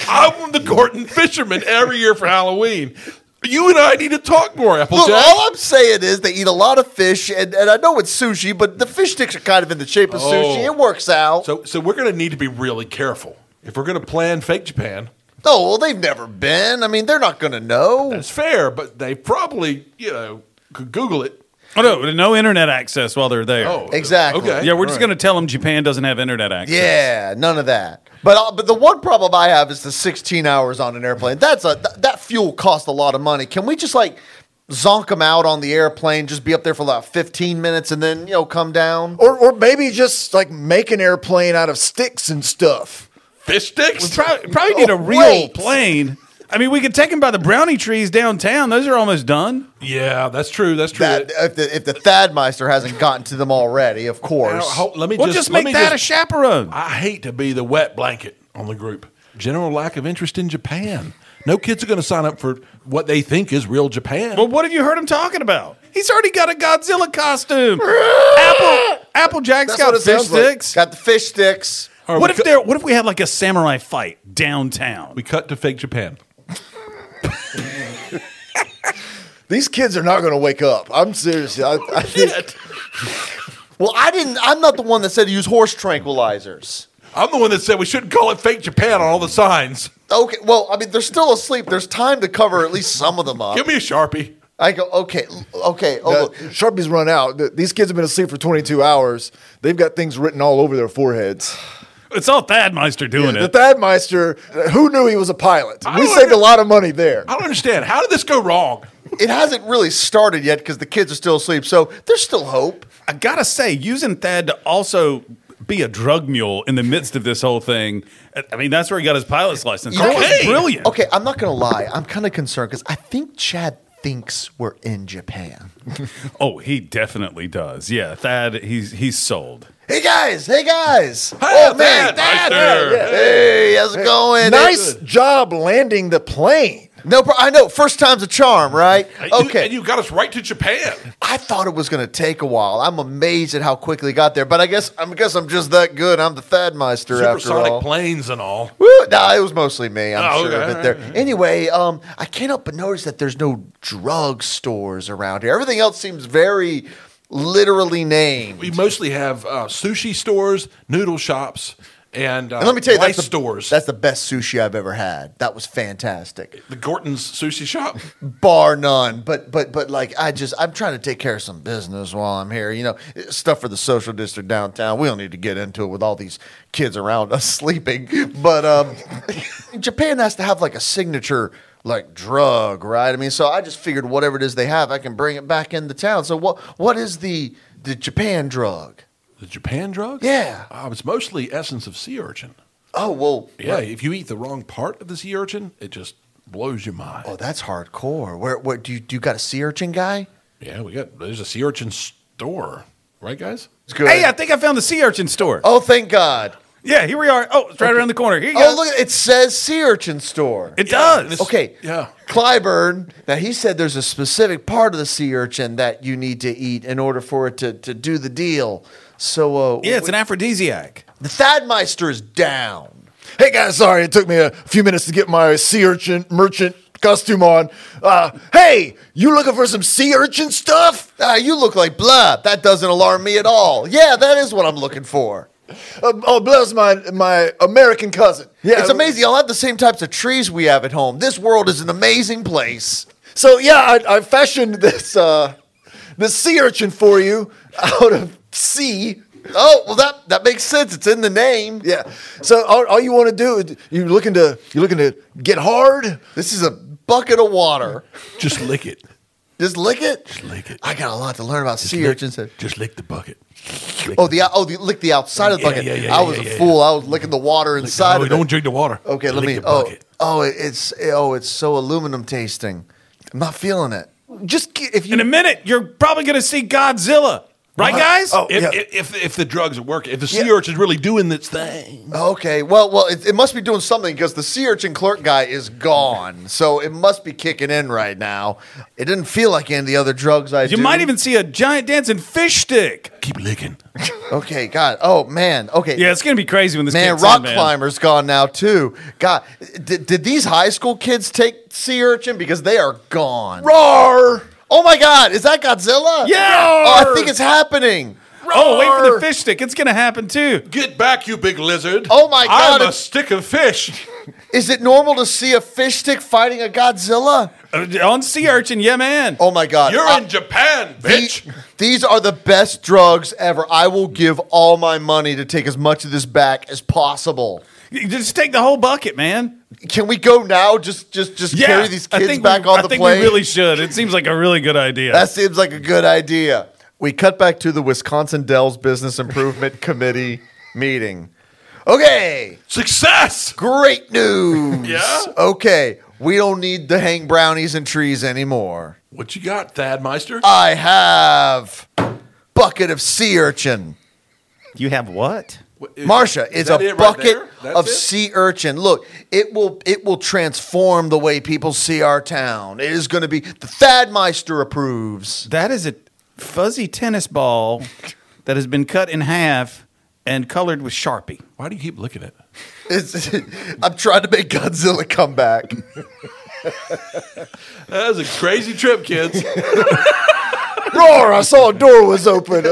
Speaker 3: I'm the Gordon fisherman every year for Halloween. You and I need to talk more,
Speaker 1: look,
Speaker 3: Applejack.
Speaker 1: all I'm saying is they eat a lot of fish, and, and I know it's sushi, but the fish sticks are kind of in the shape of sushi.
Speaker 3: Oh.
Speaker 1: It works out.
Speaker 3: so, so we're going to need to be really careful. If we're going to plan fake Japan,
Speaker 1: oh, well, they've never been. I mean, they're not going to know.
Speaker 3: that's fair, but they probably, you know, could Google it.
Speaker 2: Oh, no, no internet access while they're there.
Speaker 3: Oh,
Speaker 1: Exactly.
Speaker 3: Okay.
Speaker 2: yeah, we're just
Speaker 3: All
Speaker 2: going to tell them Japan doesn't have internet access.
Speaker 1: Yeah, none of that. But uh, but the one problem I have is the 16 hours on an airplane. That's a th- that fuel costs a lot of money. Can we just like zonk them out on the airplane, just be up there for about 15 minutes and then, you know, come down?
Speaker 4: Or, or maybe just like make an airplane out of sticks and stuff.
Speaker 3: Fish
Speaker 2: We
Speaker 3: sticks.
Speaker 2: probably, probably
Speaker 3: Oh,
Speaker 2: need a real
Speaker 1: wait.
Speaker 2: plane. I mean, we could take them by the brownie trees downtown. Those are almost done.
Speaker 3: Yeah, that's true. That's true.
Speaker 1: That, if the if the Thadmeister hasn't gotten to them already, of
Speaker 3: Now,
Speaker 1: course.
Speaker 3: ho- let me
Speaker 2: We'll
Speaker 3: just,
Speaker 2: just,
Speaker 3: let
Speaker 2: make
Speaker 3: me
Speaker 2: that
Speaker 3: just-
Speaker 2: a chaperone.
Speaker 3: I hate to be the wet blanket on the group. General lack of interest in Japan. No kids are going to sign up for what they think is real Japan.
Speaker 2: Well, what have you heard him talking about? He's already got a Godzilla costume. Apple Applejack's got
Speaker 1: it
Speaker 2: fish
Speaker 1: sounds like.
Speaker 2: sticks.
Speaker 1: Got the fish sticks.
Speaker 3: All right,
Speaker 2: what
Speaker 3: we
Speaker 2: if
Speaker 3: cut-
Speaker 2: there? What if we had like a samurai fight downtown?
Speaker 3: we cut to fake Japan?
Speaker 4: These kids are not going to wake up. I'm serious. I, I think
Speaker 1: Well, I didn't. I'm not the one that said use horse tranquilizers.
Speaker 3: I'm the one that said we shouldn't call it fake Japan on all the signs.
Speaker 1: Okay, well, I mean, they're still asleep. There's time to cover at least some of them up.
Speaker 3: Give me a sharpie.
Speaker 1: I go, okay, okay. Oh,
Speaker 4: uh,
Speaker 1: look.
Speaker 4: Sharpie's run out. Th- These kids have been asleep for 22 hours. They've got things written all over their foreheads.
Speaker 2: It's all Thadmeister doing
Speaker 4: The
Speaker 2: it.
Speaker 4: Thadmeister, uh, who knew he was a pilot?
Speaker 3: I
Speaker 4: We
Speaker 3: don't
Speaker 4: saved a
Speaker 3: under-
Speaker 4: lot of money there.
Speaker 3: I don't understand. How did this go wrong?
Speaker 1: it hasn't really started yet because the kids are still asleep. So there's still hope.
Speaker 2: I gotta say, using Thad to also be a drug mule in the midst of this whole thing. I mean, that's where he got his pilot's license.
Speaker 1: You know
Speaker 2: That was
Speaker 1: what-
Speaker 2: brilliant.
Speaker 1: Okay, I'm not gonna lie. I'm kind of concerned because I think Chad thinks we're in Japan.
Speaker 2: Oh, he definitely does. Yeah, Thad, he's he's sold.
Speaker 1: hey guys, hey guys.
Speaker 3: Hey,
Speaker 1: oh man,
Speaker 3: Thad,
Speaker 1: Dad.
Speaker 3: Meister.
Speaker 1: Hey, how's it going?
Speaker 4: Nice
Speaker 1: Hey,
Speaker 4: job landing the plane.
Speaker 1: No, pro- I know. First time's a charm, right?
Speaker 3: And you-
Speaker 1: Okay.
Speaker 3: and you got us right to Japan.
Speaker 1: I thought it was going to take a while. I'm amazed at how quickly it got there, but I guess I guess I'm just that good. I'm the Thadmeister after
Speaker 3: Supersonic
Speaker 1: all.
Speaker 3: planes and all.
Speaker 1: Woo! Nah, it was mostly me. I'm
Speaker 3: Oh,
Speaker 1: sure
Speaker 3: okay.
Speaker 1: of it there. Anyway, um, I can't help but notice that there's no drug stores around here. Everything else seems very literally named.
Speaker 3: We mostly have uh, sushi stores, noodle shops, and, uh,
Speaker 1: and let me tell you,
Speaker 3: rice
Speaker 1: that's the,
Speaker 3: stores.
Speaker 1: that's the best sushi I've ever had. That was fantastic,
Speaker 3: the Gorton's sushi shop.
Speaker 1: bar none. But but but like I just I'm trying to take care of some business while I'm here. You know, stuff for the social district downtown. We don't need to get into it with all these kids around us sleeping. But um, Japan has to have like a signature like drug, right? I mean, so I just figured whatever it is they have, I can bring it back into town. So what what is the the Japan drug?
Speaker 3: The Japan drugs?
Speaker 1: Yeah.
Speaker 3: Uh, it's mostly essence of sea urchin.
Speaker 1: Oh well,
Speaker 3: Yeah. If you eat the wrong part of the sea urchin, it just blows your mind.
Speaker 1: Oh, that's hardcore. Where, where do you do you got a sea urchin guy?
Speaker 3: Yeah, we got there's a sea urchin store, right, guys?
Speaker 1: It's good.
Speaker 2: Hey, I think I found the sea urchin store.
Speaker 1: oh, thank God.
Speaker 2: Yeah, here we are. Oh, it's right around the corner. Here you
Speaker 1: Oh,
Speaker 2: go.
Speaker 1: look, it says sea urchin store.
Speaker 2: It
Speaker 3: and
Speaker 2: does.
Speaker 3: it's-
Speaker 1: okay.
Speaker 3: yeah.
Speaker 1: Clyburn. Now he said there's a specific part of the sea urchin that you need to eat in order for it to, to do the deal. So uh,
Speaker 2: yeah, it's an
Speaker 1: we-
Speaker 2: aphrodisiac.
Speaker 1: the Thadmeister is down.
Speaker 4: Hey guys, sorry it took me a few minutes to get my sea urchin merchant costume on. Uh, hey, you looking for some sea urchin stuff?
Speaker 1: Ah, you look like blah. That doesn't alarm me at all. Yeah, that is what I'm looking for.
Speaker 4: Uh, oh, bless my my American cousin. Yeah,
Speaker 1: it's amazing. I'll have the same types of trees we have at home. This world is an amazing place.
Speaker 4: So yeah, I, I fashioned this uh, this sea urchin for you out of sea.
Speaker 1: Oh well, that that makes sense. It's in the name.
Speaker 4: Yeah. So all, all you want to do is you looking to you looking to get hard.
Speaker 1: This is a bucket of water.
Speaker 3: Just lick it.
Speaker 1: Just lick it. Just
Speaker 3: lick it.
Speaker 1: I got a lot to learn about sea
Speaker 3: Lick-
Speaker 1: urchins.
Speaker 3: Just lick the bucket. Lick
Speaker 1: Oh,
Speaker 3: the-
Speaker 1: the oh, the, lick the outside of the
Speaker 3: Yeah,
Speaker 1: bucket.
Speaker 3: yeah, yeah,
Speaker 1: I
Speaker 3: yeah,
Speaker 1: was
Speaker 3: yeah,
Speaker 1: a
Speaker 3: yeah.
Speaker 1: fool. I was licking the water inside
Speaker 3: no,
Speaker 1: of
Speaker 3: don't
Speaker 1: it.
Speaker 3: drink the water.
Speaker 1: okay, let
Speaker 3: Lick
Speaker 1: me.
Speaker 3: the
Speaker 1: Oh,
Speaker 3: bucket.
Speaker 1: oh, it's oh, it's so aluminum tasting. I'm not feeling it.
Speaker 4: Just get, if you
Speaker 2: In a minute, you're probably going to see Godzilla. Right, guys?
Speaker 4: Oh,
Speaker 3: If,
Speaker 4: yeah.
Speaker 3: if, if if the drugs work, if the sea
Speaker 1: Uh-huh. Yeah.
Speaker 3: urchin's really doing its thing,
Speaker 1: Okay, well, well, it, it must be doing something because the sea urchin clerk guy is gone, so it must be kicking in right now. It didn't feel like any of the other drugs I
Speaker 2: you
Speaker 1: do.
Speaker 2: might even see a giant dancing fish stick.
Speaker 3: keep licking.
Speaker 1: okay. God, oh man, okay,
Speaker 2: Yeah, it's going to be crazy when this
Speaker 1: Man,
Speaker 2: kicks
Speaker 1: rock
Speaker 2: in, man.
Speaker 1: climber's gone now too. God, did, did these high school kids take sea urchin because they are gone?
Speaker 4: roar,
Speaker 1: Oh my God, is that Godzilla?
Speaker 2: Yeah.
Speaker 1: Oh, I think it's happening.
Speaker 2: Oh, wait for
Speaker 3: Roar.
Speaker 2: the fish stick. It's going to happen too.
Speaker 3: Get back, you big lizard!
Speaker 1: Oh my God,
Speaker 3: I'm a
Speaker 1: it's-
Speaker 3: stick of fish.
Speaker 1: Is it normal to see a fish stick fighting a Godzilla?
Speaker 2: Uh, On sea urchin, yeah, man.
Speaker 1: Oh my God.
Speaker 3: You're
Speaker 1: I-
Speaker 3: in Japan,
Speaker 1: the-
Speaker 3: bitch.
Speaker 1: these are the best drugs ever. I will give all my money to take as much of this back as possible.
Speaker 2: You Just take the whole bucket, man.
Speaker 1: Can we go now? Just just just
Speaker 2: Yeah,
Speaker 1: carry these
Speaker 2: I
Speaker 1: kids
Speaker 2: think
Speaker 1: back
Speaker 2: we,
Speaker 1: on
Speaker 2: I
Speaker 1: the
Speaker 2: think
Speaker 1: plane.
Speaker 2: we really should. It seems like a really good idea.
Speaker 1: That seems like a good idea. We cut back to the Wisconsin Dells Business Improvement Committee meeting. Okay,
Speaker 3: Success.
Speaker 1: great news.
Speaker 3: Yeah?
Speaker 1: Okay, we don't need to hang brownies and trees anymore.
Speaker 3: What you got, Thad Meister?
Speaker 1: I have bucket of sea urchin.
Speaker 2: you have what?
Speaker 3: What- is-
Speaker 1: Marsha
Speaker 3: is
Speaker 1: is
Speaker 3: that
Speaker 1: a
Speaker 3: it right
Speaker 1: bucket
Speaker 3: there? That's
Speaker 1: of
Speaker 3: it?
Speaker 1: sea urchin. Look, it will it will transform the way people see our town. It is going to be the Thadmeister approves.
Speaker 2: That is a fuzzy tennis ball that has been cut in half and colored with Sharpie.
Speaker 3: Why do you keep looking at it?
Speaker 1: It's, I'm trying to make Godzilla come back.
Speaker 3: That was a crazy trip, kids.
Speaker 1: Roar! I saw a door was open.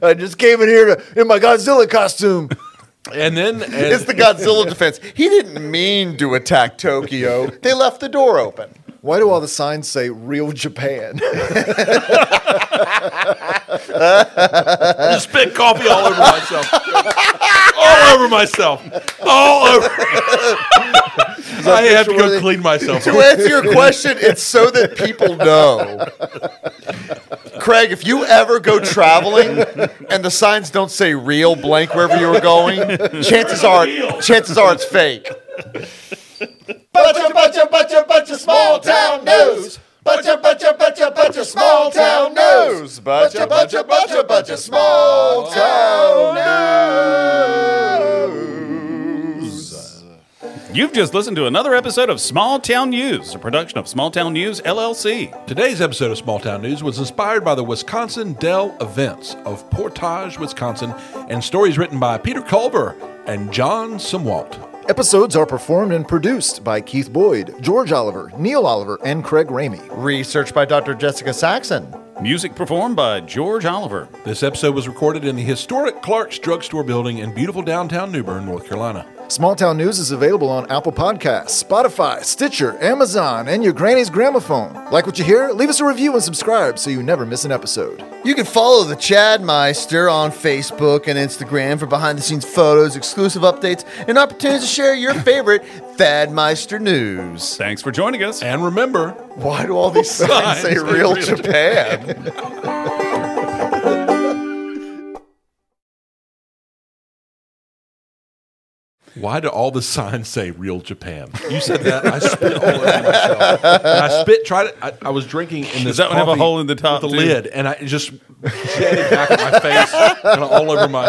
Speaker 1: I just came in here to, in my Godzilla costume.
Speaker 3: and then and,
Speaker 1: It's the Godzilla defense. He didn't mean to attack Tokyo. They left the door open.
Speaker 4: Why do all the signs say "Real Japan"?
Speaker 3: I just spit coffee all over myself. all over myself. All over. I have
Speaker 1: picture
Speaker 3: to
Speaker 1: where
Speaker 3: go
Speaker 1: they-
Speaker 3: clean myself.
Speaker 1: To
Speaker 3: up.
Speaker 1: answer your question, it's so that people know. Craig, if you ever go traveling and the signs don't say real blank wherever you're going, chances are chances are it's fake.
Speaker 5: Buncha, buncha, buncha, buncha, small town news. Buncha, buncha, buncha, buncha, small town news.
Speaker 1: Buncha, buncha, buncha, buncha, small town
Speaker 2: You've just listened to another episode of Small Town News, a production of Small Town News LLC.
Speaker 3: Today's episode of Small Town News was inspired by the Wisconsin Dell events of Portage, Wisconsin, and stories written by Peter Culver and John Sumwalt.
Speaker 4: Episodes are performed and produced by Keith Boyd, George Oliver, Neil Oliver, and Craig Ramey.
Speaker 1: Research by Dr. Jessica Saxon.
Speaker 2: Music performed by George Oliver.
Speaker 3: This episode was recorded in the historic Clark's Drugstore building in beautiful downtown New Bern, North Carolina.
Speaker 4: Small Town News is available on Apple Podcasts, Spotify, Stitcher, Amazon, and your granny's gramophone. Like what you hear? Leave us a review and subscribe so you never miss an episode.
Speaker 1: You can follow the Chadmeister on Facebook and Instagram for behind the scenes photos, exclusive updates, and opportunities to share your favorite Thadmeister news.
Speaker 2: Thanks for joining us.
Speaker 3: And remember,
Speaker 1: Why do all these signs say real Japan?
Speaker 3: Why do all the signs say "Real Japan"? You said that. I spit all over myself. And I spit. Tried it. I, I was drinking in this.
Speaker 2: Does that one have a
Speaker 3: coffee
Speaker 2: hole in the top,
Speaker 3: With the
Speaker 2: too?
Speaker 3: lid, and I it just jetted back in my face and all over my.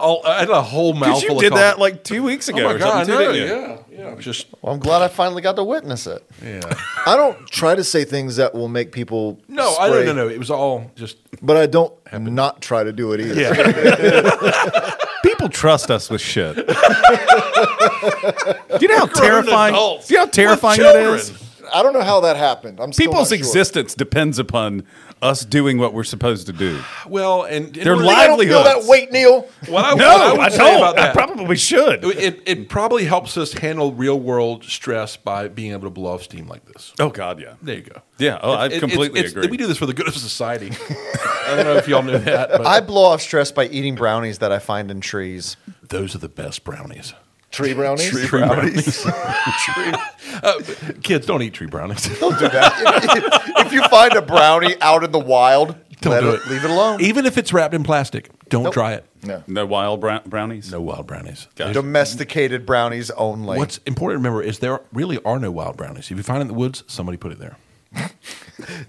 Speaker 3: All, I had a whole mouthful.
Speaker 2: You
Speaker 3: of
Speaker 2: did
Speaker 3: coffee.
Speaker 2: that like two weeks ago
Speaker 3: Oh my
Speaker 2: or
Speaker 3: god! I
Speaker 2: something, too,
Speaker 3: know,
Speaker 2: didn't you?
Speaker 3: yeah, yeah. I was Just
Speaker 1: Well, I'm glad I finally got to witness it.
Speaker 3: yeah.
Speaker 4: I don't try to say things that will make people.
Speaker 3: No, I
Speaker 4: spray,
Speaker 3: don't know. It was all just.
Speaker 4: But I don't not try to do it either.
Speaker 3: Yeah.
Speaker 2: People trust us with shit. do you know how terrifying?
Speaker 3: adults
Speaker 2: Do you know how
Speaker 3: with
Speaker 2: terrifying that
Speaker 3: children.
Speaker 2: is?
Speaker 4: I don't know how that happened. I'm still
Speaker 2: People's
Speaker 4: not sure.
Speaker 2: existence depends upon us doing what we're supposed to do.
Speaker 3: Well, and
Speaker 2: They're
Speaker 3: what-
Speaker 2: live-
Speaker 4: I don't feel that
Speaker 2: livelihoods.
Speaker 4: weight, Neil.
Speaker 3: What I,
Speaker 2: No,
Speaker 3: what I,
Speaker 2: I,
Speaker 3: would say
Speaker 2: don't.
Speaker 3: About
Speaker 2: I
Speaker 3: that,
Speaker 2: probably should.
Speaker 3: it, it probably helps us handle real world stress by being able to blow off steam like this.
Speaker 2: Oh God, yeah.
Speaker 3: There you go.
Speaker 2: Yeah, oh, I
Speaker 3: It's- it's-
Speaker 2: completely
Speaker 3: it's-
Speaker 2: agree.
Speaker 3: We do this for the good of society. I don't know if y'all knew that, but
Speaker 1: I blow off stress by eating brownies that I find in trees.
Speaker 3: those are the best brownies.
Speaker 4: Tree brownies.
Speaker 3: Tree brownies. Uh, kids, don't eat tree brownies.
Speaker 1: Don't do that. if, if you find a brownie out in the wild,
Speaker 3: Don't
Speaker 1: let
Speaker 3: do
Speaker 1: it,
Speaker 3: it.
Speaker 1: leave it alone.
Speaker 3: Even if it's wrapped in plastic, don't try it.
Speaker 4: No.
Speaker 2: No wild brown- brownies.
Speaker 3: No wild brownies.
Speaker 2: Gotcha.
Speaker 1: Domesticated brownies only.
Speaker 3: What's important to remember is there really are no wild brownies. If you find it in the woods, somebody put it there.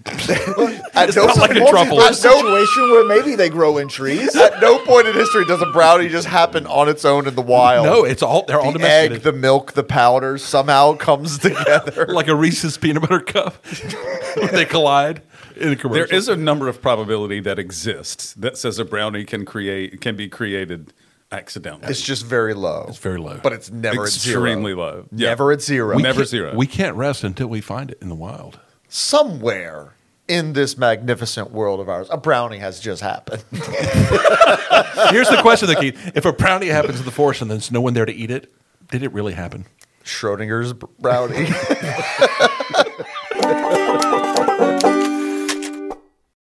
Speaker 1: At no,
Speaker 2: not like the
Speaker 1: point-
Speaker 2: truffle.
Speaker 1: at
Speaker 4: A situation where maybe they grow in trees.
Speaker 1: no- at no point in history does a brownie just happen on its own in the wild.
Speaker 3: No, it's all they're all
Speaker 1: Oh. the egg,
Speaker 3: domesticated.
Speaker 1: the milk, the powder somehow comes together.
Speaker 3: like a Reese's peanut butter cup. they collide in a commercial.
Speaker 2: There is a number of probability that exists that says a brownie can create can be created accidentally.
Speaker 1: it's just very low. It's
Speaker 3: very low.
Speaker 1: but it's never
Speaker 2: extremely
Speaker 1: at zero.
Speaker 2: low. Yeah.
Speaker 1: Never at zero.
Speaker 2: We- never
Speaker 3: can't-
Speaker 2: zero.
Speaker 3: We can't rest until we find it in the wild.
Speaker 1: Somewhere
Speaker 4: in this magnificent world of ours. A brownie has just happened.
Speaker 3: Here's the question, though, Keith. If a brownie happens in the forest and there's no one there to eat it, did it really happen?
Speaker 4: Schrodinger's brownie.